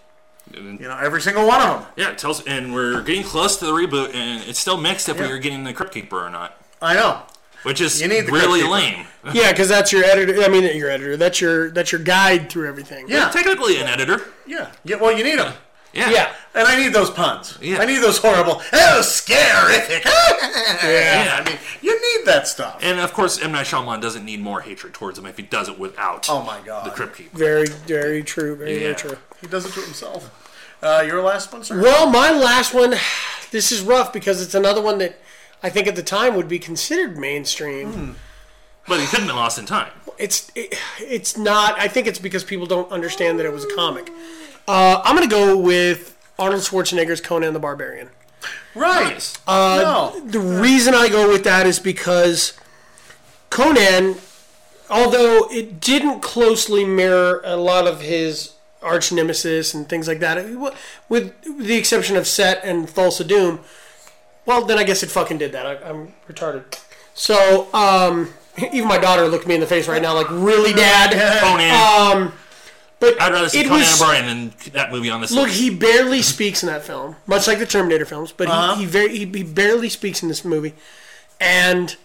Speaker 6: You know, every single one of them.
Speaker 3: Yeah, it tells, and we're getting close to the reboot, and it's still mixed if
Speaker 6: Yeah.
Speaker 3: we were getting the Crypt Keeper or not,
Speaker 6: I know.
Speaker 3: which is
Speaker 6: You need the
Speaker 3: really
Speaker 6: Crypt
Speaker 3: lame.
Speaker 6: Keeper.
Speaker 2: Yeah, because that's your editor. I mean, your editor. That's your that's your guide through everything.
Speaker 6: Yeah.
Speaker 3: Uh, Technically, an editor.
Speaker 6: Yeah. Yeah. Well, you need them.
Speaker 3: Yeah.
Speaker 2: yeah.
Speaker 6: And I need those puns.
Speaker 3: Yeah.
Speaker 6: I need those horrible, oh, scarific. yeah. I mean, you need that stuff.
Speaker 3: And of course, M Night Shyamalan doesn't need more hatred towards him if he does it without
Speaker 6: oh, my God.
Speaker 3: the Crypt Keeper.
Speaker 2: Very, very true. Very, very
Speaker 3: Yeah.
Speaker 2: true.
Speaker 6: He does it to himself. Uh, your last one, sir?
Speaker 2: Well, my last one, this is rough because it's another one that I think at the time would be considered mainstream.
Speaker 6: Hmm.
Speaker 3: But he couldn't have lost in time.
Speaker 6: Uh,
Speaker 2: It's it, it's not. I think it's because people don't understand that it was a comic. Uh, I'm gonna go with Arnold Schwarzenegger's Conan the Barbarian.
Speaker 6: Right. no.
Speaker 2: The reason I go with that is because Conan, although it didn't closely mirror a lot of his arch nemesis and things like that, it wa- with the exception of Set and Thulsa Doom, well, then I guess it fucking did that. I, I'm retarded. So, um, even my daughter looked me in the face right now, like, really, dad?
Speaker 3: Conan.
Speaker 2: But
Speaker 3: I'd rather see
Speaker 2: it
Speaker 3: Conan
Speaker 2: was-
Speaker 3: O'Brien than that movie on this
Speaker 2: Look,
Speaker 3: list.
Speaker 2: he barely speaks in that film, much like the Terminator films. But
Speaker 6: Uh-huh.
Speaker 2: he, he very he, he barely speaks in this movie, and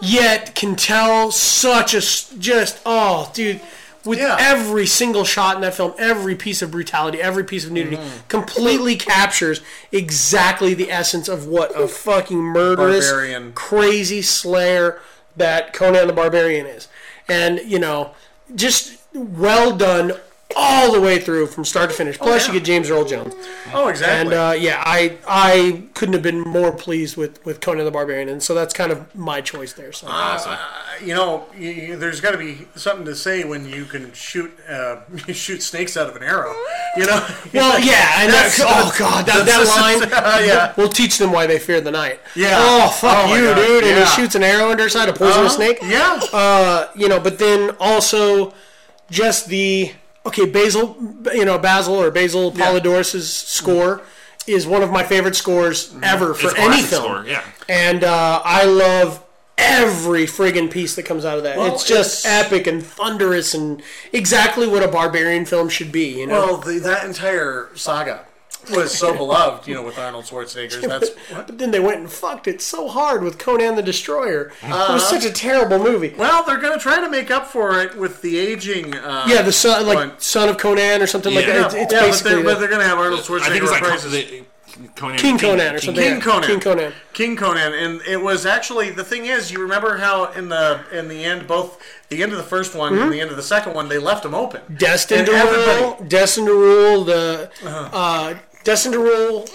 Speaker 2: yet can tell such a s- just oh, dude, with
Speaker 6: Yeah.
Speaker 2: every single shot in that film, every piece of brutality, every piece of nudity,
Speaker 6: Mm-hmm.
Speaker 2: completely captures exactly the essence of what a fucking murderous,
Speaker 6: Barbarian.
Speaker 2: crazy slayer that Conan the Barbarian is, and you know, just well done all the way through from start to finish. Plus,
Speaker 6: yeah.
Speaker 2: you get James Earl Jones,
Speaker 6: Oh,
Speaker 2: and
Speaker 6: exactly.
Speaker 2: uh, yeah, I I couldn't have been more pleased with with Conan the Barbarian, and so that's kind of my choice there. So
Speaker 6: Ah, you know, you, you, there's got to be something to say when you can shoot uh, you shoot snakes out of an arrow. You know?
Speaker 2: Well, yeah, and that's, oh god, that, that line.
Speaker 6: yeah.
Speaker 2: We'll teach them why they fear the night.
Speaker 6: Yeah.
Speaker 2: Oh fuck
Speaker 6: Oh, my
Speaker 2: you,
Speaker 6: God,
Speaker 2: dude! And he
Speaker 6: yeah. Uh-huh.
Speaker 2: shoots an arrow under her side, a poisonous snake.
Speaker 6: Yeah.
Speaker 2: uh, you know, but then also just the okay, Basil, you know, Basil or Basil
Speaker 6: Yeah. Mm-hmm.
Speaker 2: Polidorus's score is one of my favorite scores ever for
Speaker 3: It's a
Speaker 2: any
Speaker 3: classic
Speaker 2: film.
Speaker 3: score, yeah.
Speaker 2: and uh, I love every friggin' piece that comes out of that.
Speaker 6: Well,
Speaker 2: it's just
Speaker 6: it's-
Speaker 2: epic and thunderous and exactly what a barbarian film should be. You know,
Speaker 6: well, the, that entire saga was so beloved, you know, with Arnold Schwarzenegger's. That's
Speaker 2: but then they went and fucked it so hard with Conan the Destroyer. It was such a terrible movie.
Speaker 6: Uh-huh. Well, they're going to try to make up for it with the aging. Uh,
Speaker 2: Yeah, the son, like
Speaker 6: one.
Speaker 2: son of Conan or something like
Speaker 3: Yeah.
Speaker 2: that. It's, it's
Speaker 6: yeah, but
Speaker 2: basically
Speaker 6: they're,
Speaker 2: that.
Speaker 6: but they're going to have Arnold
Speaker 3: I think it's
Speaker 6: Schwarzenegger
Speaker 3: like
Speaker 6: reprises
Speaker 3: the- Conan,
Speaker 2: King Conan or something.
Speaker 6: King Conan.
Speaker 2: King Conan.
Speaker 6: King Conan, and it was actually the thing is, you remember how in the in the end, both the end of the first one and the end of the second one, they left them open.
Speaker 2: Hmm? Destined
Speaker 6: And
Speaker 2: to
Speaker 6: everybody- Uh-huh.
Speaker 2: rule. Destined to rule. The uh, destined to rule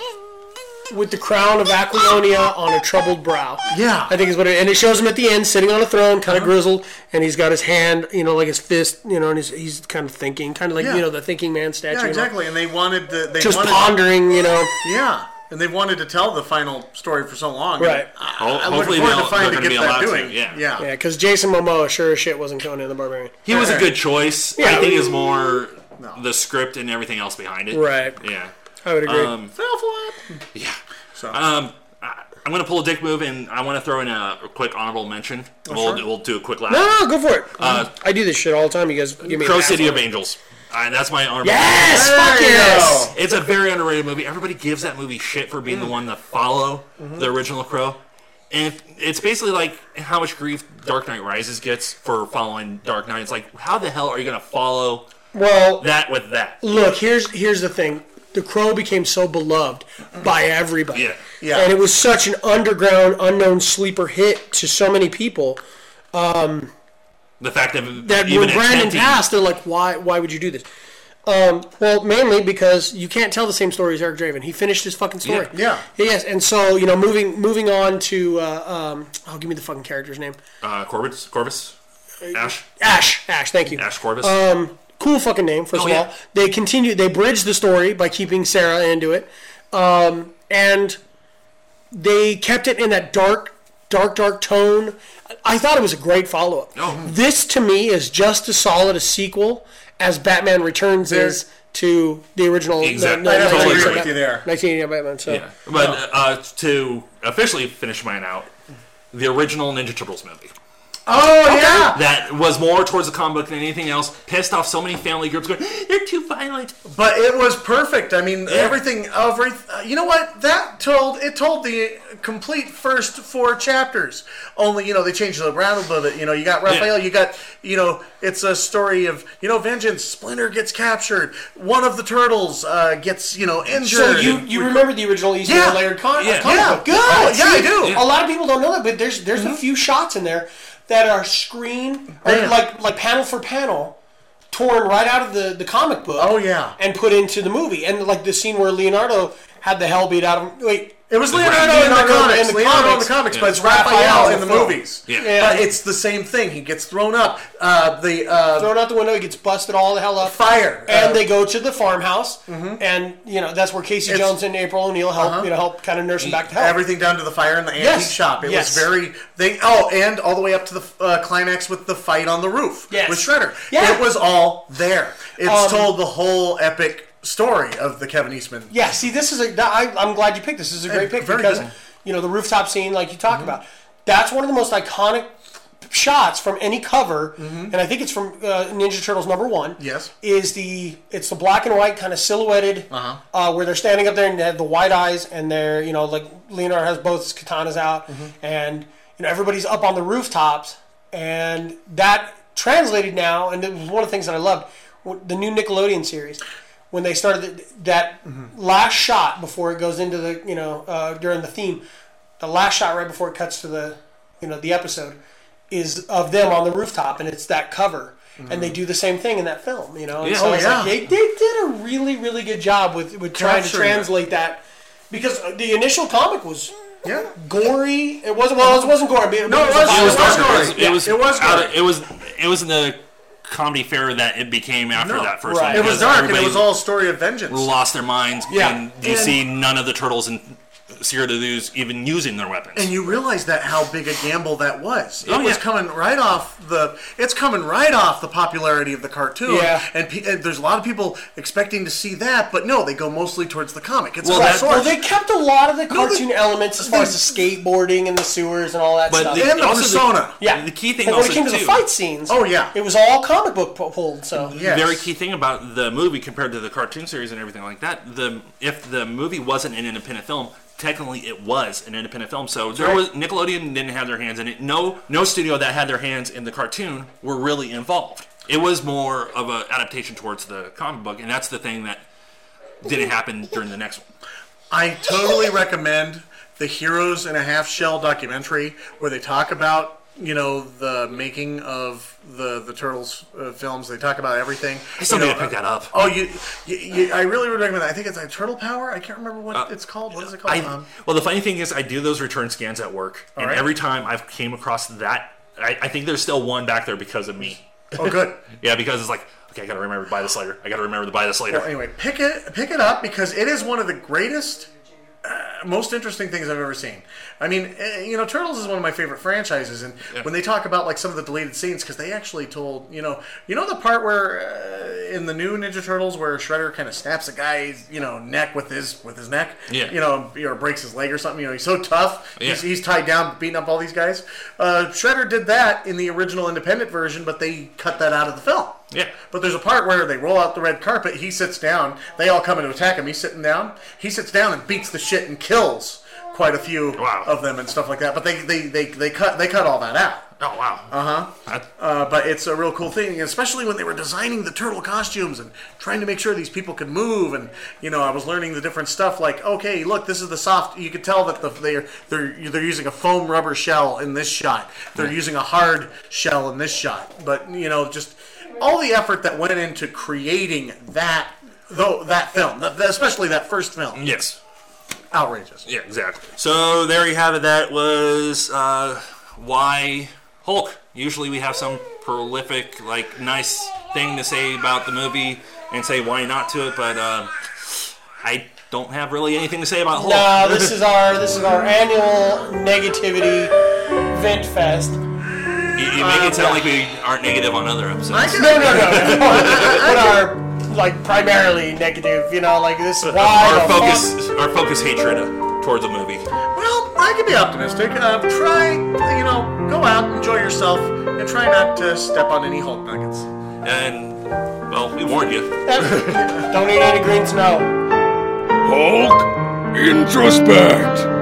Speaker 2: with the crown of Aquilonia on a troubled brow.
Speaker 6: Yeah. Uh-huh.
Speaker 2: I think is what it. And it shows him at the end sitting on a throne, kind of grizzled, and he's got his hand, you know, like his fist, you know, and he's, he's kind of thinking, kind of like
Speaker 6: Yeah.
Speaker 2: you know the thinking man statue.
Speaker 6: Yeah,
Speaker 2: and all.
Speaker 6: exactly. And they wanted to. They
Speaker 2: Just
Speaker 6: wanted,
Speaker 2: pondering, you know.
Speaker 6: Yeah, and they wanted to tell the final story for so long. and
Speaker 2: Right.
Speaker 6: I,
Speaker 3: Ho-
Speaker 6: I'm
Speaker 3: hopefully
Speaker 6: looking forward
Speaker 3: they'll-
Speaker 6: to find
Speaker 3: they're
Speaker 6: to
Speaker 3: gonna
Speaker 6: get
Speaker 3: be
Speaker 6: that
Speaker 3: allowed to,
Speaker 6: doing.
Speaker 3: yeah.
Speaker 6: Yeah.
Speaker 2: Yeah, because Jason Momoa sure as shit wasn't Conan the Barbarian.
Speaker 3: He was a good choice. I
Speaker 2: Yeah.
Speaker 3: think it's more the script and everything else behind it.
Speaker 2: Right.
Speaker 3: Yeah.
Speaker 2: I would agree.
Speaker 6: Fell flat.
Speaker 3: Um, I, I'm gonna pull a dick move, and I want to throw in a quick honorable mention. we'll, we'll do a quick laugh.
Speaker 2: Oh, No, no, go for it. I do this shit all the time. You guys give me
Speaker 3: uh, Crow
Speaker 2: an
Speaker 3: City
Speaker 2: asshole.
Speaker 3: of Angels. Uh, that's my honorable.
Speaker 2: Yes,
Speaker 3: mention.
Speaker 2: fuck yes.
Speaker 3: It's a very underrated movie. Everybody gives that movie shit for
Speaker 2: Mm.
Speaker 3: being the one to follow
Speaker 2: Mm-hmm.
Speaker 3: the original Crow. And if- it's basically like how much grief Dark Knight Rises gets for following Dark Knight. It's like, how the hell are you going to follow
Speaker 2: Well,
Speaker 3: that with that?
Speaker 2: look here's here's the thing the crow became so beloved by everybody
Speaker 3: Yeah.
Speaker 6: Yeah.
Speaker 2: and it was such an underground unknown sleeper hit to so many people
Speaker 3: The fact that,
Speaker 2: that
Speaker 3: even
Speaker 2: when brandon
Speaker 3: attempting-
Speaker 2: passed they're like why why would you do this um, well mainly because you can't tell the same story as eric draven he finished his fucking story
Speaker 6: Yeah.
Speaker 2: yes and so you know moving moving on to uh, um, oh give me the fucking character's name
Speaker 3: Uh, Corvus? Corvus? Ash?
Speaker 2: ash ash thank you
Speaker 3: Ash Corvus?
Speaker 2: Uh, cool fucking name first
Speaker 3: Oh,
Speaker 2: of all
Speaker 3: yeah.
Speaker 2: they continue they bridge the story by keeping sarah into it um, and they kept it in that dark dark dark tone i thought it was a great follow-up
Speaker 3: Oh.
Speaker 2: this to me is just as solid a sequel as batman returns is to the original
Speaker 3: Exactly.
Speaker 2: the- the
Speaker 3: I'd have to agree
Speaker 2: 1989
Speaker 3: with
Speaker 6: you there.
Speaker 2: 1989 batman so
Speaker 3: yeah. But uh, to officially finish mine out, the original Ninja Turtles movie.
Speaker 6: Oh yeah.
Speaker 3: that was more towards the comic book than anything else. Pissed off so many family groups going, they're too violent.
Speaker 6: But it was perfect. I mean, everything. Every you know what that told it told the complete first four chapters. Only you know they changed it around a little bit. You know you got Raphael. You got you know it's a story of you know vengeance. Splinter gets captured. One of the turtles uh, gets you know injured.
Speaker 2: So you, you remember the original Eastman
Speaker 6: Yeah.
Speaker 2: layered con-
Speaker 3: Yeah.
Speaker 2: comic
Speaker 6: Yeah.
Speaker 2: book?
Speaker 6: Good.
Speaker 2: Oh,
Speaker 6: Yeah,
Speaker 2: see,
Speaker 6: I do. Mm-hmm.
Speaker 2: A lot of people don't know that, but there's there's a few shots in there that are screen or
Speaker 6: Bam.
Speaker 2: like like panel for panel torn right out of the, the comic book.
Speaker 6: Oh, yeah.
Speaker 2: and put into the movie, and like the scene where Leonardo had the hell beat out of him. Wait,
Speaker 6: It was Leonardo, in the comics. Leonardo in the comics, but it's Raphael in the,
Speaker 2: film.
Speaker 6: movies.
Speaker 3: Yeah.
Speaker 2: Yeah.
Speaker 6: But it's the same thing. He gets thrown up. Uh, the uh,
Speaker 2: thrown out the window. He gets busted all the hell up.
Speaker 6: Fire.
Speaker 2: And
Speaker 6: Uh,
Speaker 2: they go to the farmhouse, and you know that's where Casey
Speaker 6: It's- Uh-huh.
Speaker 2: Jones and April O'Neil help you know help kind of nurse him back to health.
Speaker 6: everything down to the fire in the antique
Speaker 2: Yes.
Speaker 6: shop. It
Speaker 2: Yes.
Speaker 6: was very they oh, and all the way up to the uh, climax with the fight on the roof
Speaker 2: Yes.
Speaker 6: with Shredder.
Speaker 2: Yeah.
Speaker 6: It was all there. It's
Speaker 2: Um,
Speaker 6: told the whole epic story of the Kevin Eastman.
Speaker 2: Yeah, see, this is a. that- I, I'm glad you picked this. This is a great pick
Speaker 6: very
Speaker 2: because
Speaker 6: good. Mm-hmm.
Speaker 2: you know the rooftop scene, like you talked about, that's one of the most iconic shots from any cover, and I think it's from uh, Ninja Turtles number one.
Speaker 6: Mm-hmm. Yes.
Speaker 2: is the it's the black and white kind of silhouetted uh where they're standing up there and they have the wide eyes and they're you know like Leonardo has both his katanas out and you know everybody's up on the rooftops and that translated now and it was one of the things that I loved w- the new Nickelodeon series when they started th- that last shot before it goes into the you know uh, during the theme the last shot right before it cuts to the you know the episode is of them on the rooftop and it's that cover and they do the same thing in that film you know and
Speaker 3: Yeah.
Speaker 2: so
Speaker 3: Oh,
Speaker 2: it's
Speaker 6: yeah.
Speaker 2: like they, they did a really really good job with with trying to
Speaker 6: Capturing it.
Speaker 2: translate that because the initial comic was
Speaker 6: Yeah.
Speaker 2: gory it wasn't well it wasn't gory but
Speaker 6: No,
Speaker 2: a
Speaker 6: it was-
Speaker 2: violent
Speaker 6: it was
Speaker 2: comic.
Speaker 6: gory.
Speaker 3: It was, it was,
Speaker 6: Yeah, it was
Speaker 3: out
Speaker 6: dark.
Speaker 3: of- it was it was in the comedy fair that it became after
Speaker 6: No.
Speaker 3: that first one.
Speaker 2: Right.
Speaker 6: It was
Speaker 3: because
Speaker 6: dark and it
Speaker 3: everybody
Speaker 6: was all a story of vengeance.
Speaker 3: lost their minds.
Speaker 2: Yeah.
Speaker 3: and you
Speaker 6: And-
Speaker 3: see none of the turtles and Sierra de Luz even using their weapons.
Speaker 6: And you realize that how big a gamble that was. It
Speaker 3: Oh,
Speaker 6: was
Speaker 3: yeah.
Speaker 6: coming right off the. It's coming right off the popularity of the cartoon.
Speaker 2: Yeah.
Speaker 6: And, pe- and there's a lot of people expecting to see that, but no, they go mostly towards the comic. It's
Speaker 3: Well,
Speaker 6: all
Speaker 3: that-
Speaker 6: sorts.
Speaker 2: well, they kept a lot of the
Speaker 6: No, they-
Speaker 2: cartoon elements as far as the skateboarding and the sewers and all that
Speaker 3: but
Speaker 2: stuff.
Speaker 3: the,
Speaker 6: And the
Speaker 3: also
Speaker 6: persona.
Speaker 3: The,
Speaker 2: yeah,
Speaker 3: the key thing
Speaker 2: But
Speaker 3: also
Speaker 2: when it came to the
Speaker 3: too-
Speaker 2: fight scenes,
Speaker 6: Oh, yeah.
Speaker 2: it was all comic book pu- pulled. So
Speaker 6: Yes.
Speaker 3: very key thing about the movie compared to the cartoon series and everything like that. The if the movie wasn't an independent film, technically it was an independent film. So there was Nickelodeon didn't have their hands in it. No, no studio that had their hands in the cartoon were really involved. It was more of an adaptation towards the comic book, and that's the thing that didn't happen during the next one.
Speaker 6: I totally recommend the Heroes in a Half Shell documentary where they talk about you know the making of the the turtles uh, films. They talk about everything.
Speaker 3: I still
Speaker 6: you know,
Speaker 3: need to pick that up.
Speaker 6: Oh, you, you, you I really would recommend that. I think it's like Turtle Power. I can't remember what it's called. What is it called?
Speaker 3: Uh, I,
Speaker 6: um,
Speaker 3: well, the funny thing is, I do those return scans at work, and
Speaker 6: right.
Speaker 3: every time I've came across that, I, I think there's still one back there because of me.
Speaker 6: oh, good.
Speaker 3: Yeah, because it's like, okay, I gotta remember to buy this later. I gotta remember to buy this later.
Speaker 6: Anyway, pick it pick it up because it is one of the greatest uh, most interesting things I've ever seen. I mean, eh, you know, Turtles is one of my favorite franchises, and when they talk about like some of the deleted scenes, because they actually told, you know, you know the part where uh, in the new Ninja Turtles where Shredder kind of snaps a guy's, you know, neck with his with his neck,
Speaker 3: Yeah.
Speaker 6: you know, or breaks his leg or something. You know, he's so tough, he's,
Speaker 3: Yeah.
Speaker 6: he's tied down, beating up all these guys. Uh, Shredder did that in the original independent version, but they cut that out of the film.
Speaker 3: Yeah.
Speaker 6: But there's a part where they roll out the red carpet. He sits down. They all come in to attack him. He's sitting down. He sits down and beats the shit and kills quite a few
Speaker 3: Wow.
Speaker 6: of them and stuff like that. But they, they, they, they cut they cut all that out.
Speaker 3: Oh wow. Uh-huh.
Speaker 6: Uh, but it's a real cool thing, especially when they were designing the turtle costumes and trying to make sure these people could move. And you know, I was learning the different stuff. Like, okay, look, this is the soft. You could tell that the, they're they're they're using a foam rubber shell in this shot. They're using a hard shell in this shot. But you know, just all the effort that went into creating that though that film, that- especially that first film,
Speaker 3: Yes.
Speaker 6: outrageous.
Speaker 3: Yeah, exactly. So there you have it. That was uh, why Hulk. Usually we have some prolific, like, nice thing to say about the movie and say why not to it, but uh, I don't have really anything to say about Hulk.
Speaker 2: No, this is our this is our annual negativity vent fest. No,
Speaker 3: you, you make it sound like we aren't negative on other episodes.
Speaker 2: no, no, no. but our like primarily negative, you know, like this is why
Speaker 3: Our
Speaker 2: the
Speaker 3: focus,
Speaker 2: fuck-
Speaker 3: our focus, hatred uh, towards the movie.
Speaker 6: Well, I can be optimistic. Uh, try, you know, go out, enjoy yourself, and try not to step on any Hulk nuggets.
Speaker 3: And well, we warned you.
Speaker 2: Don't eat any green snow.
Speaker 7: Hulk, introspect.